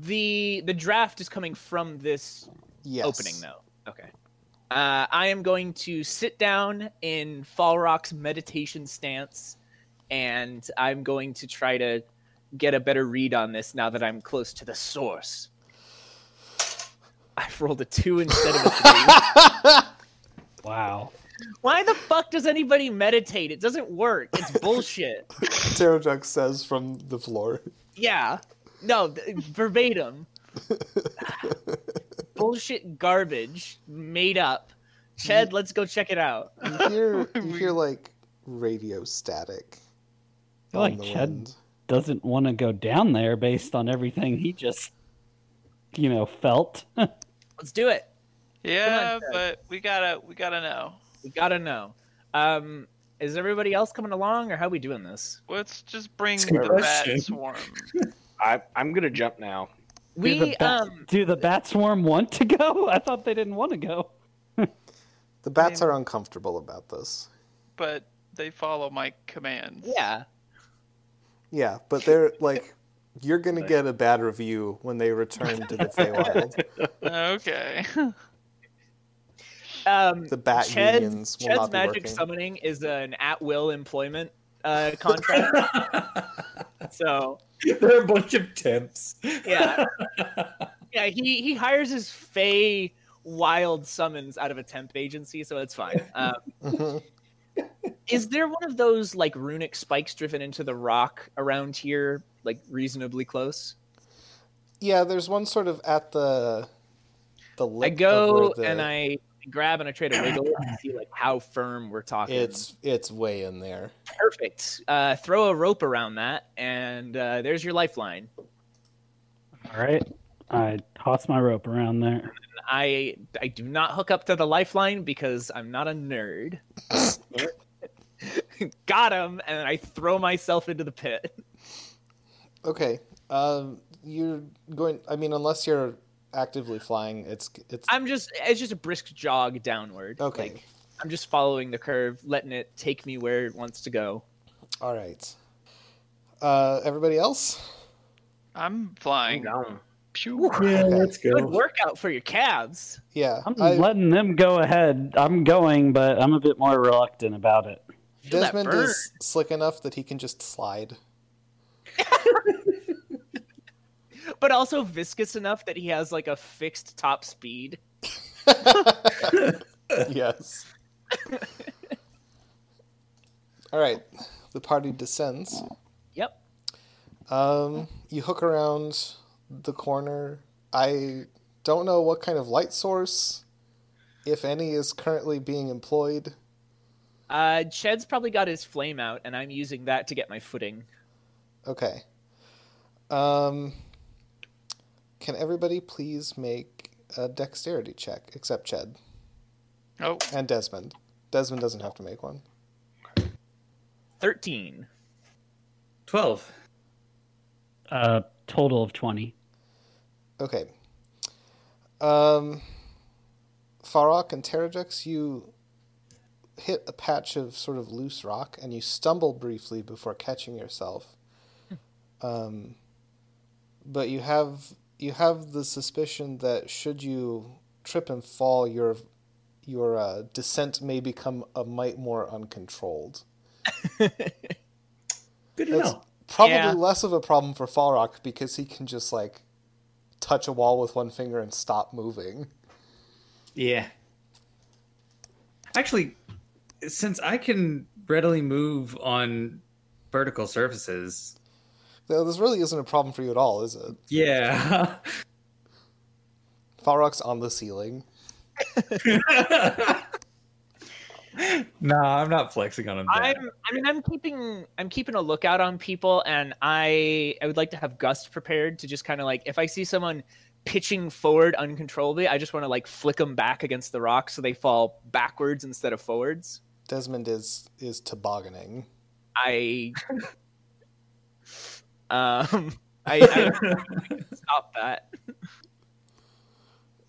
The the draft is coming from this
Yes.
opening though. Okay. Uh, I am going to sit down in Fall Rock's meditation stance, and I'm going to try to get a better read on this now that I'm close to the source. I've rolled a two instead of a three.
Wow.
Why the fuck does anybody meditate? It doesn't work. It's bullshit.
Terrajux says from the floor.
Yeah. No, th- verbatim. Bullshit garbage made up.
Mm-hmm.
Ched, let's go check it out.
You hear, you hear like radio static.
I like Chad.
wind.
Doesn't want to go down there based on everything he just, you know, felt.
Let's do it.
yeah,
Ted.
but we gotta we gotta know.
We gotta know. Um, is everybody else coming along, or how we doing this?
Let's just bring
It's a good
the
question.
rat swarm.
I, I'm gonna jump now.
We
do the, bat,
um
do the bat swarm want to go? I thought they didn't want to go.
The bats are uncomfortable about this.
but they follow my commands.
yeah.
Yeah, but they're like, you're gonna get a bad review when they return to the Feywild.
Okay.
Um
The bat
Ched's,
unions will
Ched's
not be
magic
working.
summoning is an at will employment uh contract. so
They're a bunch of temps.
yeah. yeah, he he hires his Fey wild summons out of a temp agency, so it's fine. Um
Mhm.
is there one of those like runic spikes driven into the rock around here, like reasonably close?
yeah, there's one sort of at the the lip
I
of
go
where the-
and I grab and I try to wiggle it and see like how firm we're talking.
It's it's way in there.
perfect. Uh, throw a rope around that, and uh, there's your lifeline.
All right. I toss my rope around there.
I I do not hook up to the lifeline because I'm not a nerd. Got him, and I throw myself into the pit.
Okay, um, you're going. I mean, unless you're actively flying, it's it's
I'm just it's just a brisk jog downward.
Okay.
Like, I'm just following the curve, letting it take me where it wants to go.
all right. Uh, everybody else?
I'm flying.
down.
Yeah, let's go.
Good workout for your calves.
Yeah,
I'm
I-
letting them go ahead. I'm going, but I'm a bit more reluctant about it.
Feel that
Desmond
burn.
is slick enough that he can just slide.
but also viscous enough that he has like a fixed top speed.
yes. All right, the party descends.
Yep.
Um, you hook around the corner. I don't know what kind of light source, if any, is currently being employed.
Uh, Ched's probably got his flame out, and I'm using that to get my footing.
Okay. Um, can everybody please make a dexterity check, except Ched
Oh,
and Desmond? Desmond doesn't have to make one.
Thirteen.
12.
Uh, total of 20.
Okay. Um, Farok and Teradex, you hit a patch of sort of loose rock and you stumble briefly before catching yourself. Um, but you have you have the suspicion that should you trip and fall, your your uh, descent may become a mite more uncontrolled.
Good to
That's
know.
probably
Yeah.
less of a problem for Falrock because he can just like touch a wall with one finger and stop moving.
Yeah. Actually, since I can readily move on vertical surfaces,
Now, this really isn't a problem for you at all, is it?
yeah.
Falrock's on the ceiling.
nah, I'm not flexing on him.
I'm. I mean, I'm keeping. I'm keeping a lookout on people, and I. I would like to have Gust prepared to just kind of like if I see someone pitching forward uncontrollably, I just want to like flick them back against the rock so they fall backwards instead of forwards.
Desmond is is tobogganing.
I. um. I, I stop that.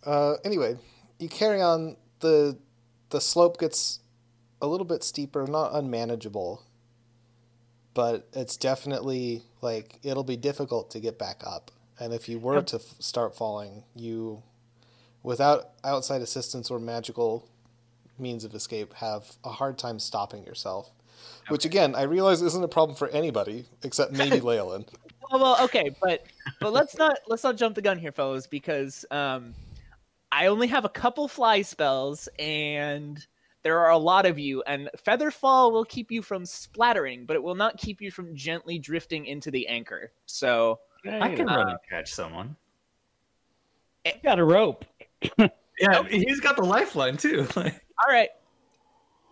Uh, anyway, you carry on. the The slope gets a little bit steeper, not unmanageable, but it's definitely like it'll be difficult to get back up. And if you were to f- start falling, you, without outside assistance or magical means of escape, have a hard time stopping yourself. Which again, I realize isn't a problem for anybody except maybe Leyland.
Well, Oh, well, okay, but but let's not let's not jump the gun here, fellas, because um, I only have a couple fly spells, and there are a lot of you. And feather fall will keep you from splattering, but it will not keep you from gently drifting into the anchor. So
I can
uh,
run and catch someone.
I got a rope.
Yeah, he's got the lifeline too.
all right,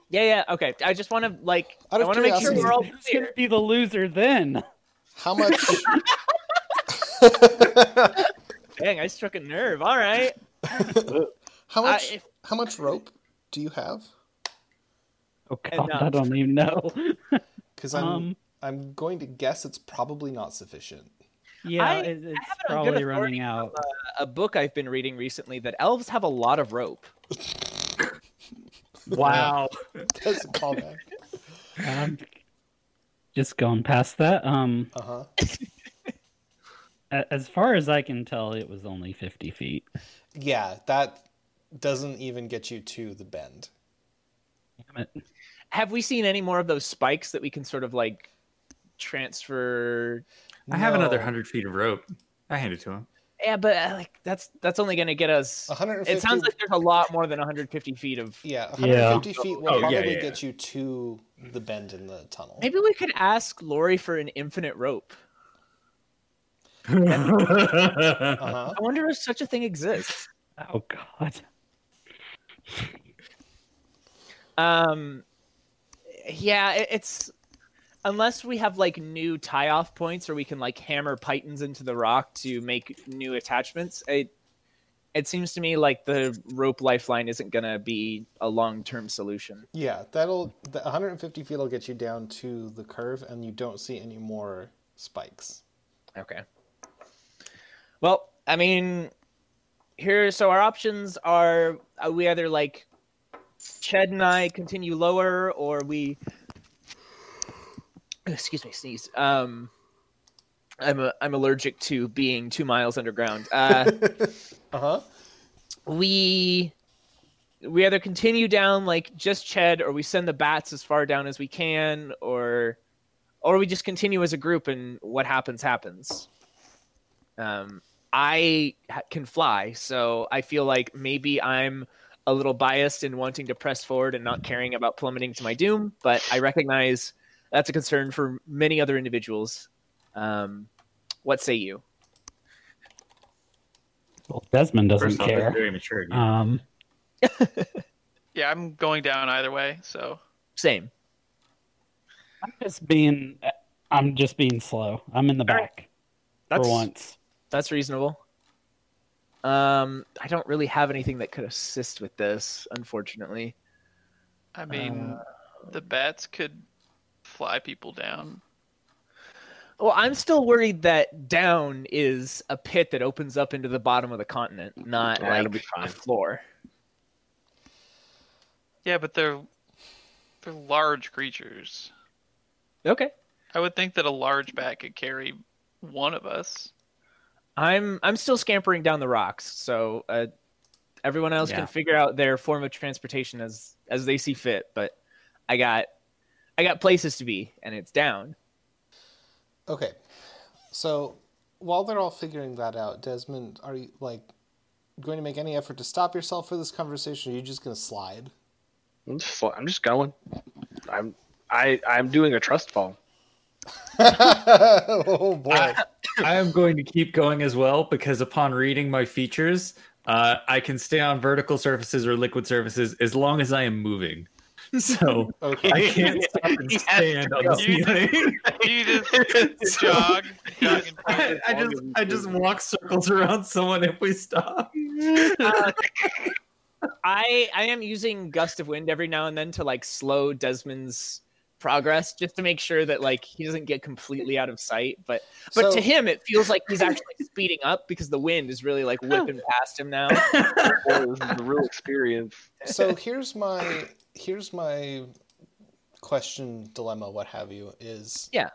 yeah, yeah, okay. I just want to like
Out
I
of
want to make sure
curiosity-
we're all
Who's going
clear.
to be the loser then?
How much?
Dang, I struck a nerve. All right,
how
I,
much?
if,
How much rope do you have?
Oh, God, I
Enough.
don't even know.
Because I'm
Um,
I'm going to guess it's probably not sufficient.
Yeah,
I-
it,
have
it's
it on good
probably
authority
running out.
A book I've been reading recently that elves have a lot of rope.
Wow.
That's a callback.
Um, just going past that. Um,
Uh huh.
a- as far as I can tell, it was only fifty feet.
Yeah, that doesn't even get you to the bend.
Damn it.
Have we seen any more of those spikes that we can sort of like transfer?
I have another
No.
100 feet of rope. I hand it to him.
Yeah, but uh, like that's that's only going to get us.
150.
It sounds like there's a lot more than 150 feet of.
yeah,
Yeah.
150 feet will
Oh, yeah,
probably
yeah.
get you to the bend in the tunnel.
Maybe we could ask Lori for an infinite rope.
Uh huh.
I wonder if such a thing exists.
Oh God.
Um, yeah, it, it's unless we have like new tie-off points, or we can like hammer pythons into the rock to make new attachments. It it seems to me like the rope lifeline isn't gonna be a long-term solution.
Yeah, that'll the 150 feet will get you down to the curve, and you don't see any more spikes.
Okay. Well, I mean, here. So our options are: uh, we either like Ched and I continue lower, or we. Excuse me, sneeze. Um, I'm a, I'm allergic to being two miles underground. Uh,
Uh huh.
we we either continue down like just Ched, or we send the bats as far down as we can, or or we just continue as a group, and what happens happens. Um, I ha- can fly, so I feel like maybe I'm a little biased in wanting to press forward and not caring about plummeting to my doom, but I recognize that's a concern for many other individuals. Um, what say you?
Well, Desmond doesn't
First off, that's
care.
very mature. of you.
Um,
Yeah, I'm going down either way. So
Same.
I'm just being. I'm just being slow. I'm in the back
That's
for once.
That's reasonable. Um, I don't really have anything that could assist with this, unfortunately.
I mean,
Um,
the bats could fly people down.
Well, I'm still worried that down is a pit that opens up into the bottom of the continent, not
Yeah, it'll
like
be
a
fine.
floor.
Yeah, but they're they're large creatures.
Okay.
I would think that a large bat could carry one of us.
I'm I'm still scampering down the rocks, so uh, everyone else
Yeah.
can figure out their form of transportation as as they see fit. But I got I got places to be, and it's down.
Okay, so while they're all figuring that out, Desmond, are you like going to make any effort to stop yourself for this conversation? Or are you just going to slide?
I'm just, I'm just going. I'm I I'm doing a trust fall.
oh boy!
I am going to keep going as well because upon reading my features, uh, I can stay on vertical surfaces or liquid surfaces as long as I am moving. So I
Okay.
can't stop and stand on the
You-
ceiling.
You just jog, jog and
I, I just I just walk circles around someone if we stop.
I I am using gust of wind every now and then to like slow Desmond's progress just to make sure that like he doesn't get completely out of sight but but
So-
to him it feels like he's actually speeding up because the wind is really like whipping past him now
Well, this is the real experience.
so here's my here's my question dilemma what have you is
Yeah.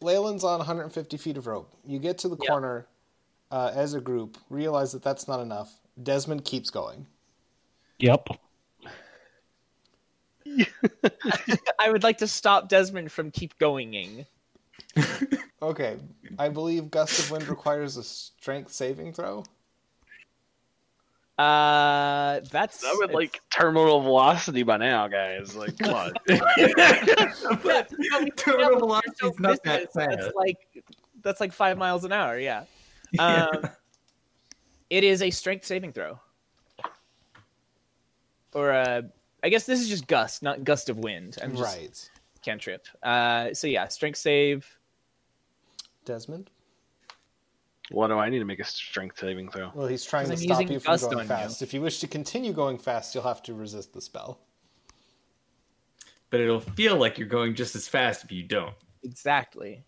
leyland's on 150 feet of rope you get to the
Yeah.
corner uh, as a group realize that that's not enough desmond keeps going
Yep.
i would like to stop desmond from keep goinging
okay i believe gust of wind requires a strength saving throw
uh that's
I would like terminal velocity by now, guys. Like, come on.
Yeah,
but
but we- yeah,
total
but
velocity
there's no
is not that
distance.
fast.
that's like that's like five miles an hour yeah
Yeah.
Um, it is a strength saving throw. Or a, I guess this is just gust, not gust of wind. I'm just
right
cantrip. Uh, so yeah, strength save.
desmond
what do I need to make a strength saving throw?
well he's trying to
Because I'm
stop
using
you from
gust on
going
you.
fast if you wish to continue going fast you'll have to resist the spell
but it'll feel like you're going just as fast if you don't.
Exactly.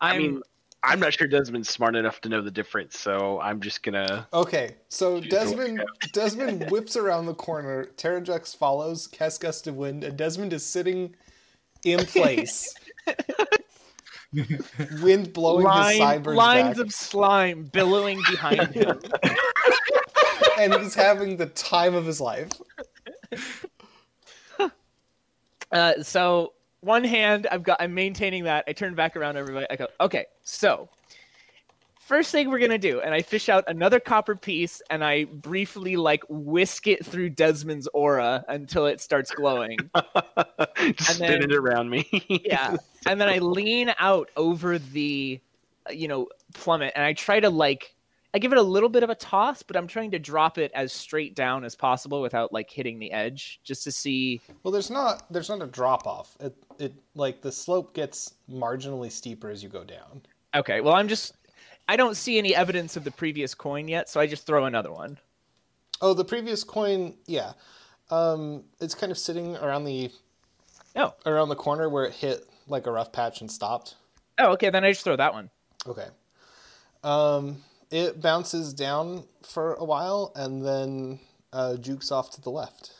I
I'm,
mean, I'm not sure Desmond's smart enough to know the difference, so I'm just gonna.
Okay, so
Jeez,
Desmond Desmond whips around the corner. Terrajex follows, casts gust of wind, and Desmond is sitting in place. wind blowing his
Line,
sideburns
lines
back,
of slime billowing behind him.
and he's having the time of his life.
Uh, so one hand, I've got, I'm maintaining that. I turn back around, everybody. I go, okay. So first thing we're gonna do, and I fish out another copper piece, and I briefly like whisk it through Desmond's aura until it starts glowing.
just
And then-
spinning it around me.
yeah, and then I lean out over the, uh, you know, plummet, and I try to like. I give it a little bit of a toss, but I'm trying to drop it as straight down as possible without like hitting the edge, just to see.
Well, there's not there's not a drop off. It it like the slope gets marginally steeper as you go down.
Okay, well, I'm just. I don't see any evidence of the previous coin yet, so I just throw another one.
Oh, the previous coin, yeah. Um, it's kind of sitting around the
Oh.
around the corner where it hit like a rough patch and stopped.
Oh, okay, then I just throw that one.
Okay. Um, it bounces down for a while and then uh, jukes off to the left.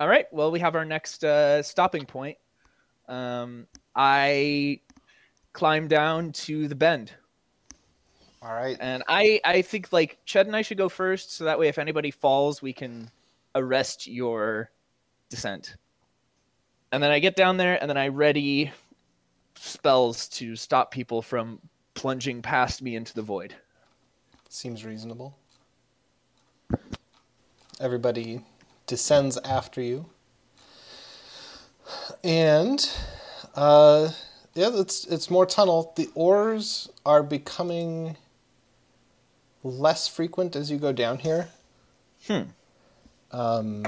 All right, well, we have our next uh, stopping point. Um, I climb down to the bend.
All right.
And I, I think like Chad and I should go first, so that way if anybody falls, we can arrest your descent. And then I get down there, and then I ready spells to stop people from plunging past me into the void.
Seems reasonable. Everybody descends after you. And uh, yeah, it's it's more tunnel. The ores are becoming less frequent as you go down here.
Hmm.
Um,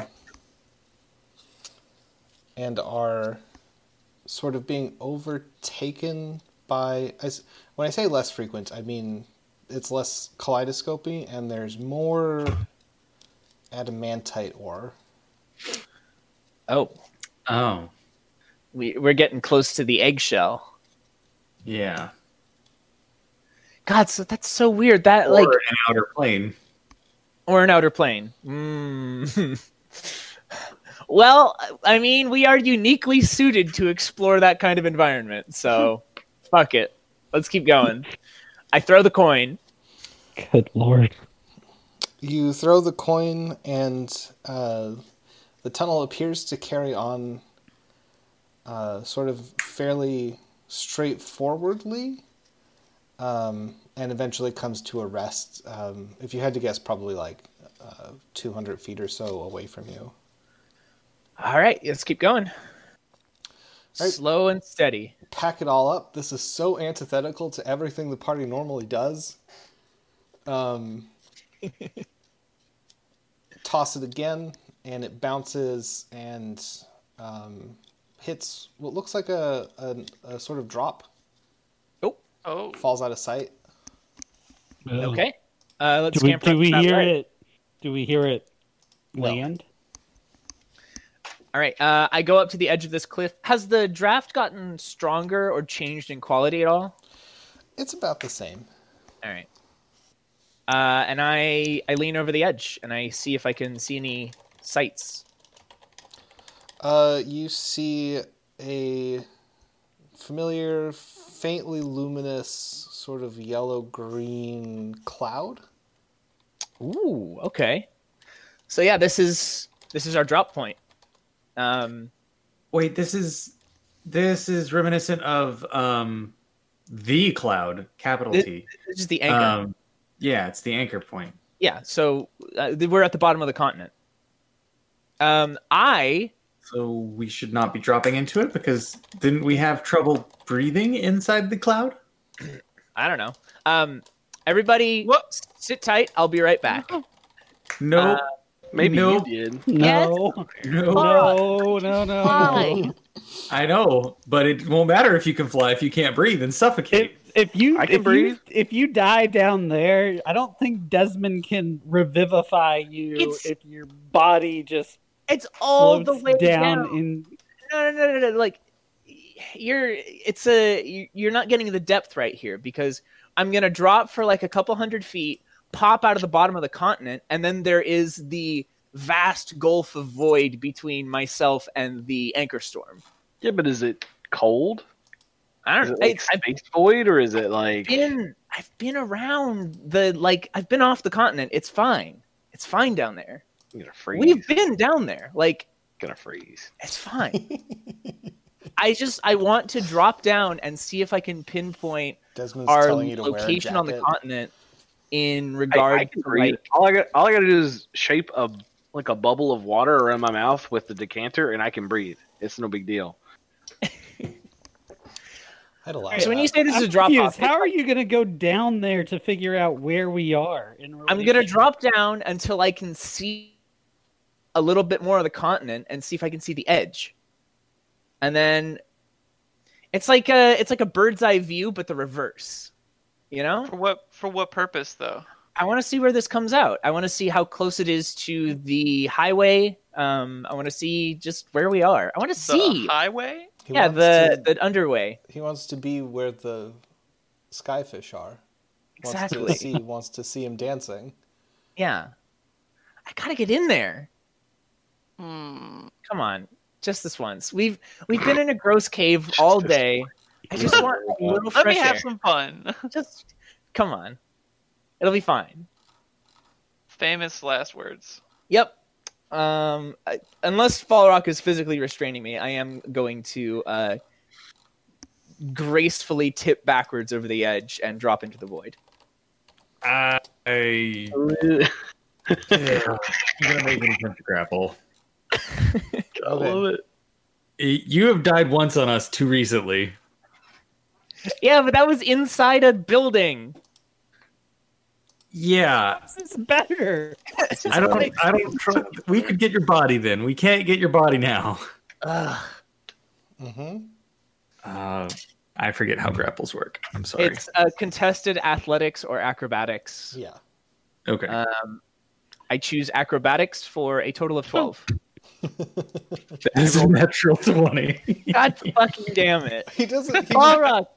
and are sort of being overtaken by I s when I say less frequent, I mean it's less kaleidoscopy and there's more adamantite ore.
Oh,
Oh,
we, we're getting close to the eggshell.
yeah.
God, so that's so weird. That
Or
like
an outer plane.
or an outer plane. Mm. well, I mean, we are uniquely suited to explore that kind of environment. So, fuck it. Let's keep going. I throw the coin.
Good lord.
You throw the coin, and uh, the tunnel appears to carry on uh, sort of fairly straightforwardly, um, and eventually comes to a rest. Um, if you had to guess, probably like uh, 200 feet or so away from you.
All right, let's keep going.
right.
Slow and steady.
pack it all up. This is so antithetical to everything the party normally does. Um, toss it again, and it bounces and um, hits what looks like a, a, a sort of drop,
Oh,
falls out of sight.
Oh.
Okay. Uh, let's
Do we,
scamper
do
up to
we
that
hear
light.
it? Do we hear it
No.
land?
All right. Uh, I go up to the edge of this cliff. Has the draft gotten stronger or changed in quality at all?
It's about the same.
All right. Uh, and I I lean over the edge and I see if I can see any sights.
Uh, you see a familiar, faintly luminous, sort of yellow green cloud.
Ooh, okay. So yeah, this is this is our drop point. Um,
Wait, this is this is reminiscent of um the cloud, capital
Thi-
T.
this is the anchor.
Um, yeah, it's the anchor point.
yeah. So uh, th- we're at the bottom of the continent. Um, I
So we should not be dropping into it because didn't we have trouble breathing inside the cloud?
I don't know. Um, everybody,
What?
s- sit tight. I'll be right back.
No,
Maybe
Nope.
you did.
No.
no,
No, no, no.
Why?
I know, but it won't matter if you can fly if you can't breathe and
If,
suffocate.
if you
I can
if
breathe.
you if you die down there, I don't think Desmond can revivify you
It's-
if your body just
It's all the
floats
way
down,
down.
in
no, no, no, no, no. Like, you're it's a you're not getting the depth right here because I'm gonna drop for like a couple hundred feet, pop out of the bottom of the continent, and then there is the vast gulf of void between myself and the anchor storm.
Yeah, but is it cold?
I
Is
don't.
it
know.
like space void or is it like
been I've been around the like I've been off the continent. It's fine. It's fine down there.
I'm gonna freeze?
We've been down there. Like
gonna freeze.
it's fine. I just I want to drop down and see if I can pinpoint
Desmond's
our
telling you to
location
wear a
on the
jacket.
continent in
I,
regard
I can
to
breathe.
like
all I got all I gotta do is shape a like a bubble of water around my mouth with the decanter and I can breathe. It's no big deal.
I'd allow
so when
that.
you say this is
I'm
a drop
confused.
off,
How are you going to go down there to figure out where we are? In
I'm
relation-
gonna drop down until I can see a little bit more of the continent and see if I can see the edge. And then it's like a it's like a bird's eye view, but the reverse. You know,
For what for what purpose though?
I want to see where this comes out. I want to see how close it is to the highway. Um, I want to see just where we are. I want to see,
The highway?
He
yeah,
wants
the
to-
the underway.
He wants to be where the skyfish are.
Exactly.
Wants to see, wants to see him dancing.
Yeah, I gotta get in there.
Hmm.
Come on, just this once. We've we've been in a gross cave all day. I just want a little
Let
fresh
me have
air.
some fun.
Just come on, it'll be fine.
Famous last words.
Yep. Um, I- unless Fall Rock is physically restraining me, I am going to uh, gracefully tip backwards over the edge and drop into the void.
I I'm gonna make an attempt to grapple.
Okay.
You have died once on us too recently.
Yeah, but that was inside a building.
Yeah,
This is better.
I don't. I don't. Try, we could get your body then. We can't get your body now.
Ugh.
Mm-hmm.
Uh, I forget how grapples work. I'm sorry.
It's uh, contested athletics or acrobatics.
Yeah.
okay.
Um, I choose acrobatics for a total of 12.
this is a natural twenty.
God fucking damn it.
He doesn't. He
Fall Rock,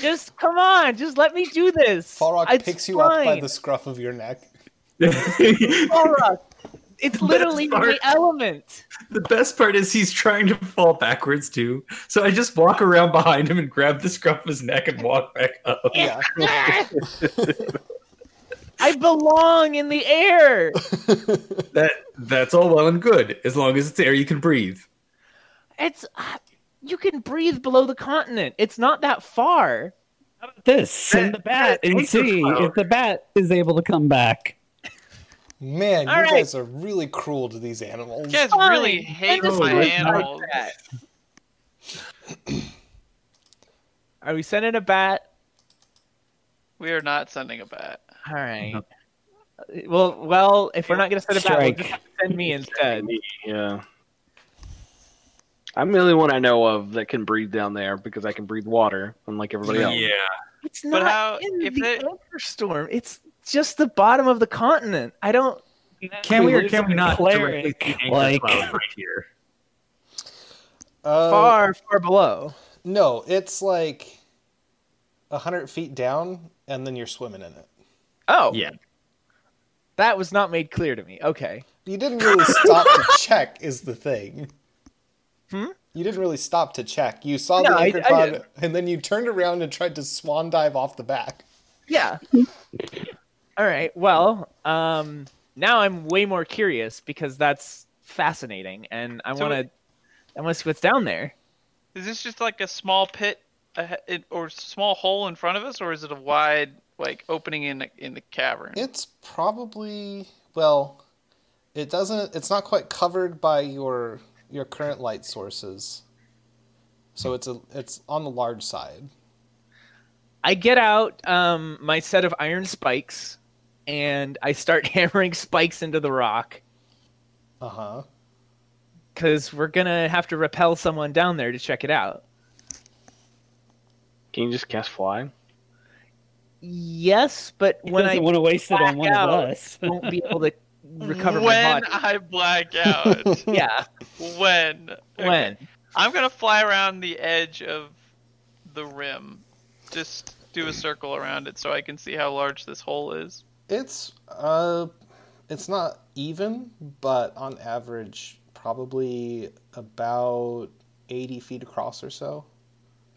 just come on. Just let me do this.
Fall Rock
It's
picks you up by
fine.
the scruff of your neck.
the
Fall Rock, It's literally
part.
the element.
best part is he's trying to fall backwards too. So I just walk around behind him and grab the scruff of his neck and walk back up.
Yeah.
I belong in the air.
That that's all well and good as long as it's air you can breathe.
It's uh, you can breathe below the continent. It's not that far.
This send the bat and see if the bat is able to come back.
Man,
All
you
right.
guys are really cruel to these animals.
You guys
Fine.
really
I
hate
just
my
like
animals.
that. Are we sending a bat?
We are not sending a bat.
All right. Well, well, if we're not gonna send a bat, we'll
Strike.
just have to send me instead.
yeah. I'm the only one I know of that can breathe down there because I can breathe water, unlike everybody else.
It's
But
not
how-
in
if
the
it-
anchor storm. It's just the bottom of the continent. I don't.
Can we or
lose
can we
the
not
cleric,
directly see anchor
like-
cloud right here?
Uh,
far, far below.
No, it's like a hundred feet down, and then you're swimming in it.
Oh,
Yeah.
that was not made clear to me. Okay.
You didn't really stop to check, is the thing.
Hmm?
You didn't really stop to check. You saw
No,
the
I-
anchor
I
cloud,
didn't.
and then you turned around and tried to swan dive off the back.
Yeah. All right. Well, um, now I'm way more curious because that's fascinating, and I
So
want to. I want to see what's down there.
Is this just like a small pit ahe- it- or small hole in front of us, or is it a wide like opening in the, in the cavern?
It's probably well, it doesn't. It's not quite covered by your your current light sources, so it's a it's on the large side.
I get out um, my set of iron spikes, and I start hammering spikes into the rock
Uh huh.
because we're gonna have to repel someone down there to check it out.
Can you just cast fly?
Yes, but
He
when I
doesn't want to waste it on one
black out.
of us.
won't be able to recover
when
my body.
I black out.
Yeah,
when? Okay.
when
I'm gonna fly around the edge of the rim, just do a circle around it so I can see how large this hole is.
It's uh, it's not even, but on average, probably about eighty feet across or so.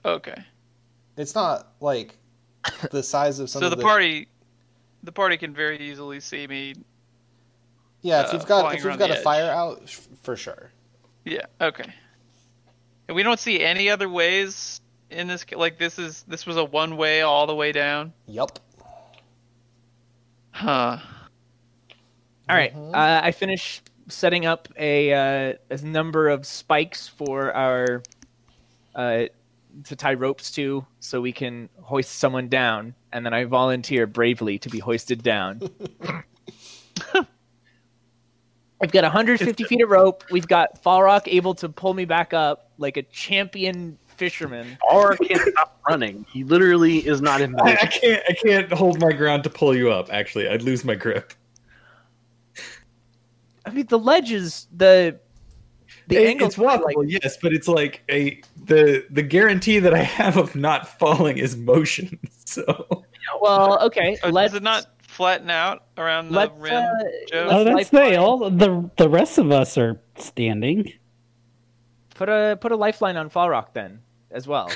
Okay.
It's not like the size of some.
so
of
the party, the party can very easily see me.
Yeah, if
uh,
you've got
flying
if you've
around
got
the
a
edge.
fire out, f- for sure.
Yeah. Okay. And we don't see any other ways in this. ca- Like this is this was a one way all the way down.
Yup.
Huh.
All right,
Mm-hmm.
uh, I finish setting up a, uh, a number of spikes for our uh, to tie ropes to, so we can hoist someone down, and then I volunteer bravely to be hoisted down. I've got 150 feet of rope. We've got Falrock able to pull me back up like a champion fisherman.
Or can't stop running. He literally is not in
I, I
motion.
can't. I can't hold my ground to pull you up. Actually, I'd lose my grip.
I mean, the ledges, the the
It-
angles
it's
are,
walkable,
like
yes, but it's like a the the guarantee that I have of not falling is motion. So
well, okay.
So
let's
Oh, does it not flatten out around the
let's
rim?
uh,
Joe?
let's
Oh, that's
lifeline-
they. All the the rest of us are standing.
Put a put a lifeline on Falrock then as well.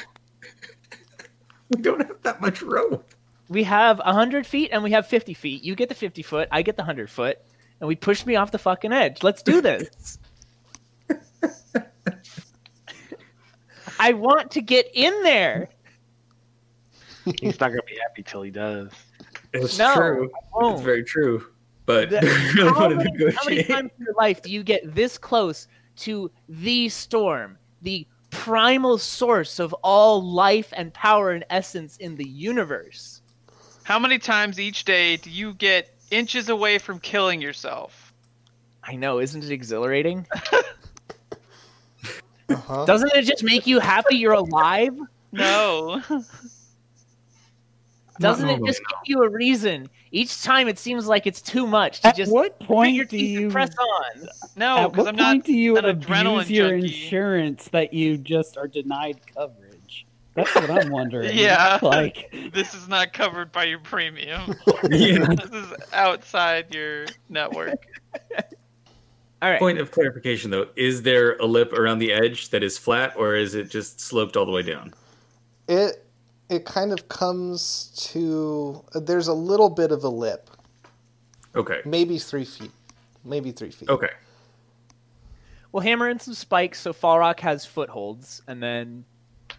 we don't have that much rope.
We have hundred feet and we have fifty feet. You get the fifty foot, I get the hundred foot, and we push me off the fucking edge. Let's do this. I want to get in there.
He's not gonna be happy till he does.
It's
No,
true.
Oh,
It's very true. But
The-
I don't
how,
wanna
many, how many
negotiate.
times in your life do you get this close to the storm, the primal source of all life and power and essence in the universe?
How many times each day do you get inches away from killing yourself?
I know, isn't it exhilarating?
Uh-huh.
Doesn't it just make you happy you're alive?
No.
Doesn't it
normally,
just give you a reason? Each time it seems like it's too much to
At
just
what
grit your
point do
teeth and
you?
press on.
No,
At
because
what
Oh, I'm
point
not.
do you
an adrenaline
abuse your
junkie.
insurance that you just are denied coverage? That's what I'm wondering.
Yeah.
Like,
This is not covered by your premium.
Yeah.
this is outside your network.
All right.
Point of clarification though, is there a lip around the edge that is flat or is it just sloped all the way down?
It it kind of comes to there's a little bit of a lip,
Okay.
maybe three feet, maybe three feet.
Okay.
We'll hammer in some spikes so Falrock has footholds, and then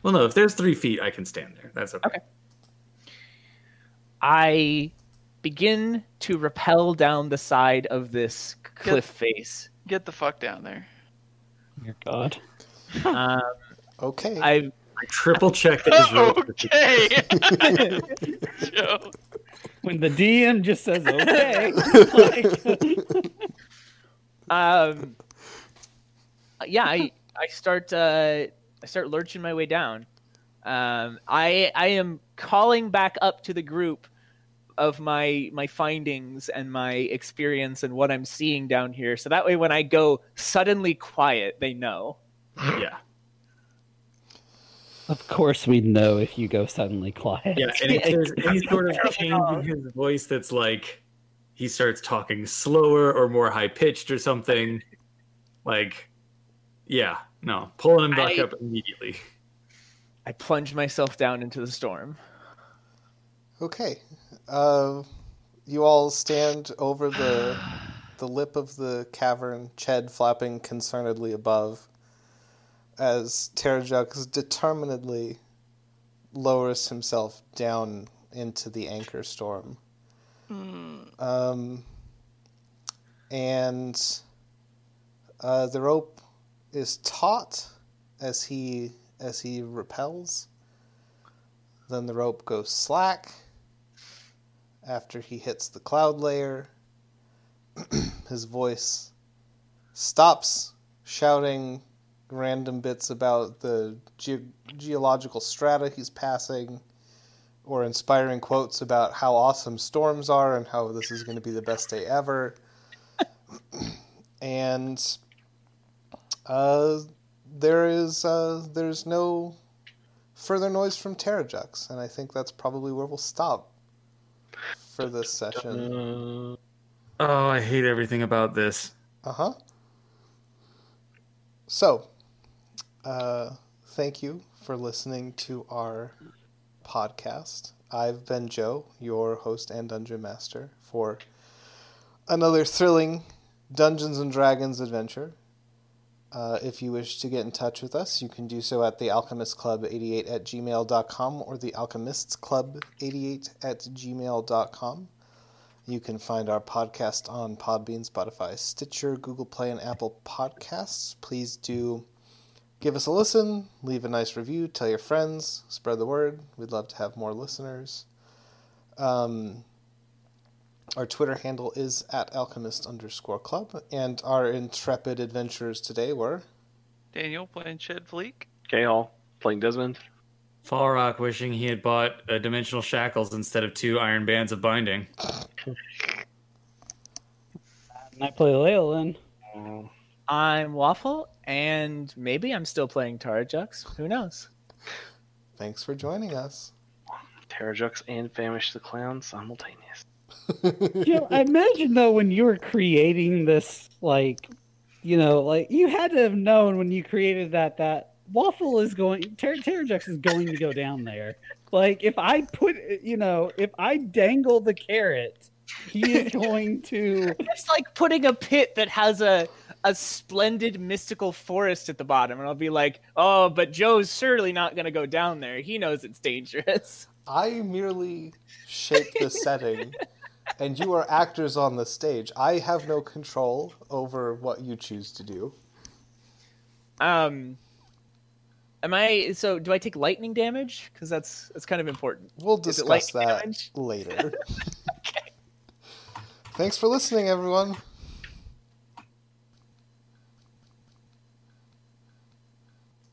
Well no, if there's three feet I can stand there. That's okay.
Okay. I begin to rappel down the side of this cliff face.
Get the fuck down there.
dear God.
Um,
Okay.
I
I triple check that is really
Okay. Joe.
When the DM just says okay,
um, yeah, I I start uh, I start lurching my way down. Um, I I am calling back up to the group of my my findings and my experience and what I'm seeing down here. So that way, when I go suddenly quiet, they know.
yeah.
of course we know if you go suddenly quiet.
Yeah, and if there's any sort of change in his voice that's like he starts talking slower or more high pitched or something, like, yeah, no, pulling him back
I-
up immediately.
I plunge myself down into the storm.
Okay. Uh, you all stand over the the lip of the cavern, Ched flapping concernedly above, as Terrajux determinedly lowers himself down into the anchor storm.
Hmm.
Um, and uh, the rope is taut as he as he repels. Then the rope goes slack after he hits the cloud layer. His voice stops shouting random bits about the ge- geological strata he's passing or inspiring quotes about how awesome storms are and how this is going to be the best day ever. and uh, there is uh, there's no further noise from Terrajux, and I think that's probably where we'll stop for this session.
Uh, oh, I hate everything about this.
Uh huh. So, uh, thank you for listening to our podcast. I've been Joe, your host and dungeon master, for another thrilling Dungeons and Dragons adventure. Uh, if you wish to get in touch with us, you can do so at the Alchemist Club 88 at gmail.com or the Alchemists Club 88 at gmail.com. You can find our podcast on Podbean, Spotify, Stitcher, Google Play, and Apple Podcasts. Please do give us a listen, leave a nice review, tell your friends, spread the word. We'd love to have more listeners. Um, our Twitter handle is at alchemist underscore club, and our intrepid adventurers today were
Daniel playing Shed Fleek.
K Hall playing Desmond.
Fall Rock wishing he had bought uh, dimensional shackles instead of two iron bands of binding.
And I play Leolin.
Um,
I'm Waffle, and maybe I'm still playing Tarajux. Who knows?
thanks for joining us.
Terrajux and Famish the Clown simultaneous.
you know, I imagine though when you were creating this, like, you know, like you had to have known when you created that that waffle is going, Ter- Terrajux is going to go down there. Like, if I put, you know, if I dangle the carrot, he is going to.
It's like putting a pit that has a a splendid mystical forest at the bottom, and I'll be like, "Oh, but Joe's surely not going to go down there. He knows it's dangerous."
I merely shape the setting, and you are actors on the stage. I have no control over what you choose to do.
Um, am I? So, do I take lightning damage? Because that's that's kind of important.
We'll
Is it
discuss
lightning
that
damage?
later. Thanks for listening, everyone.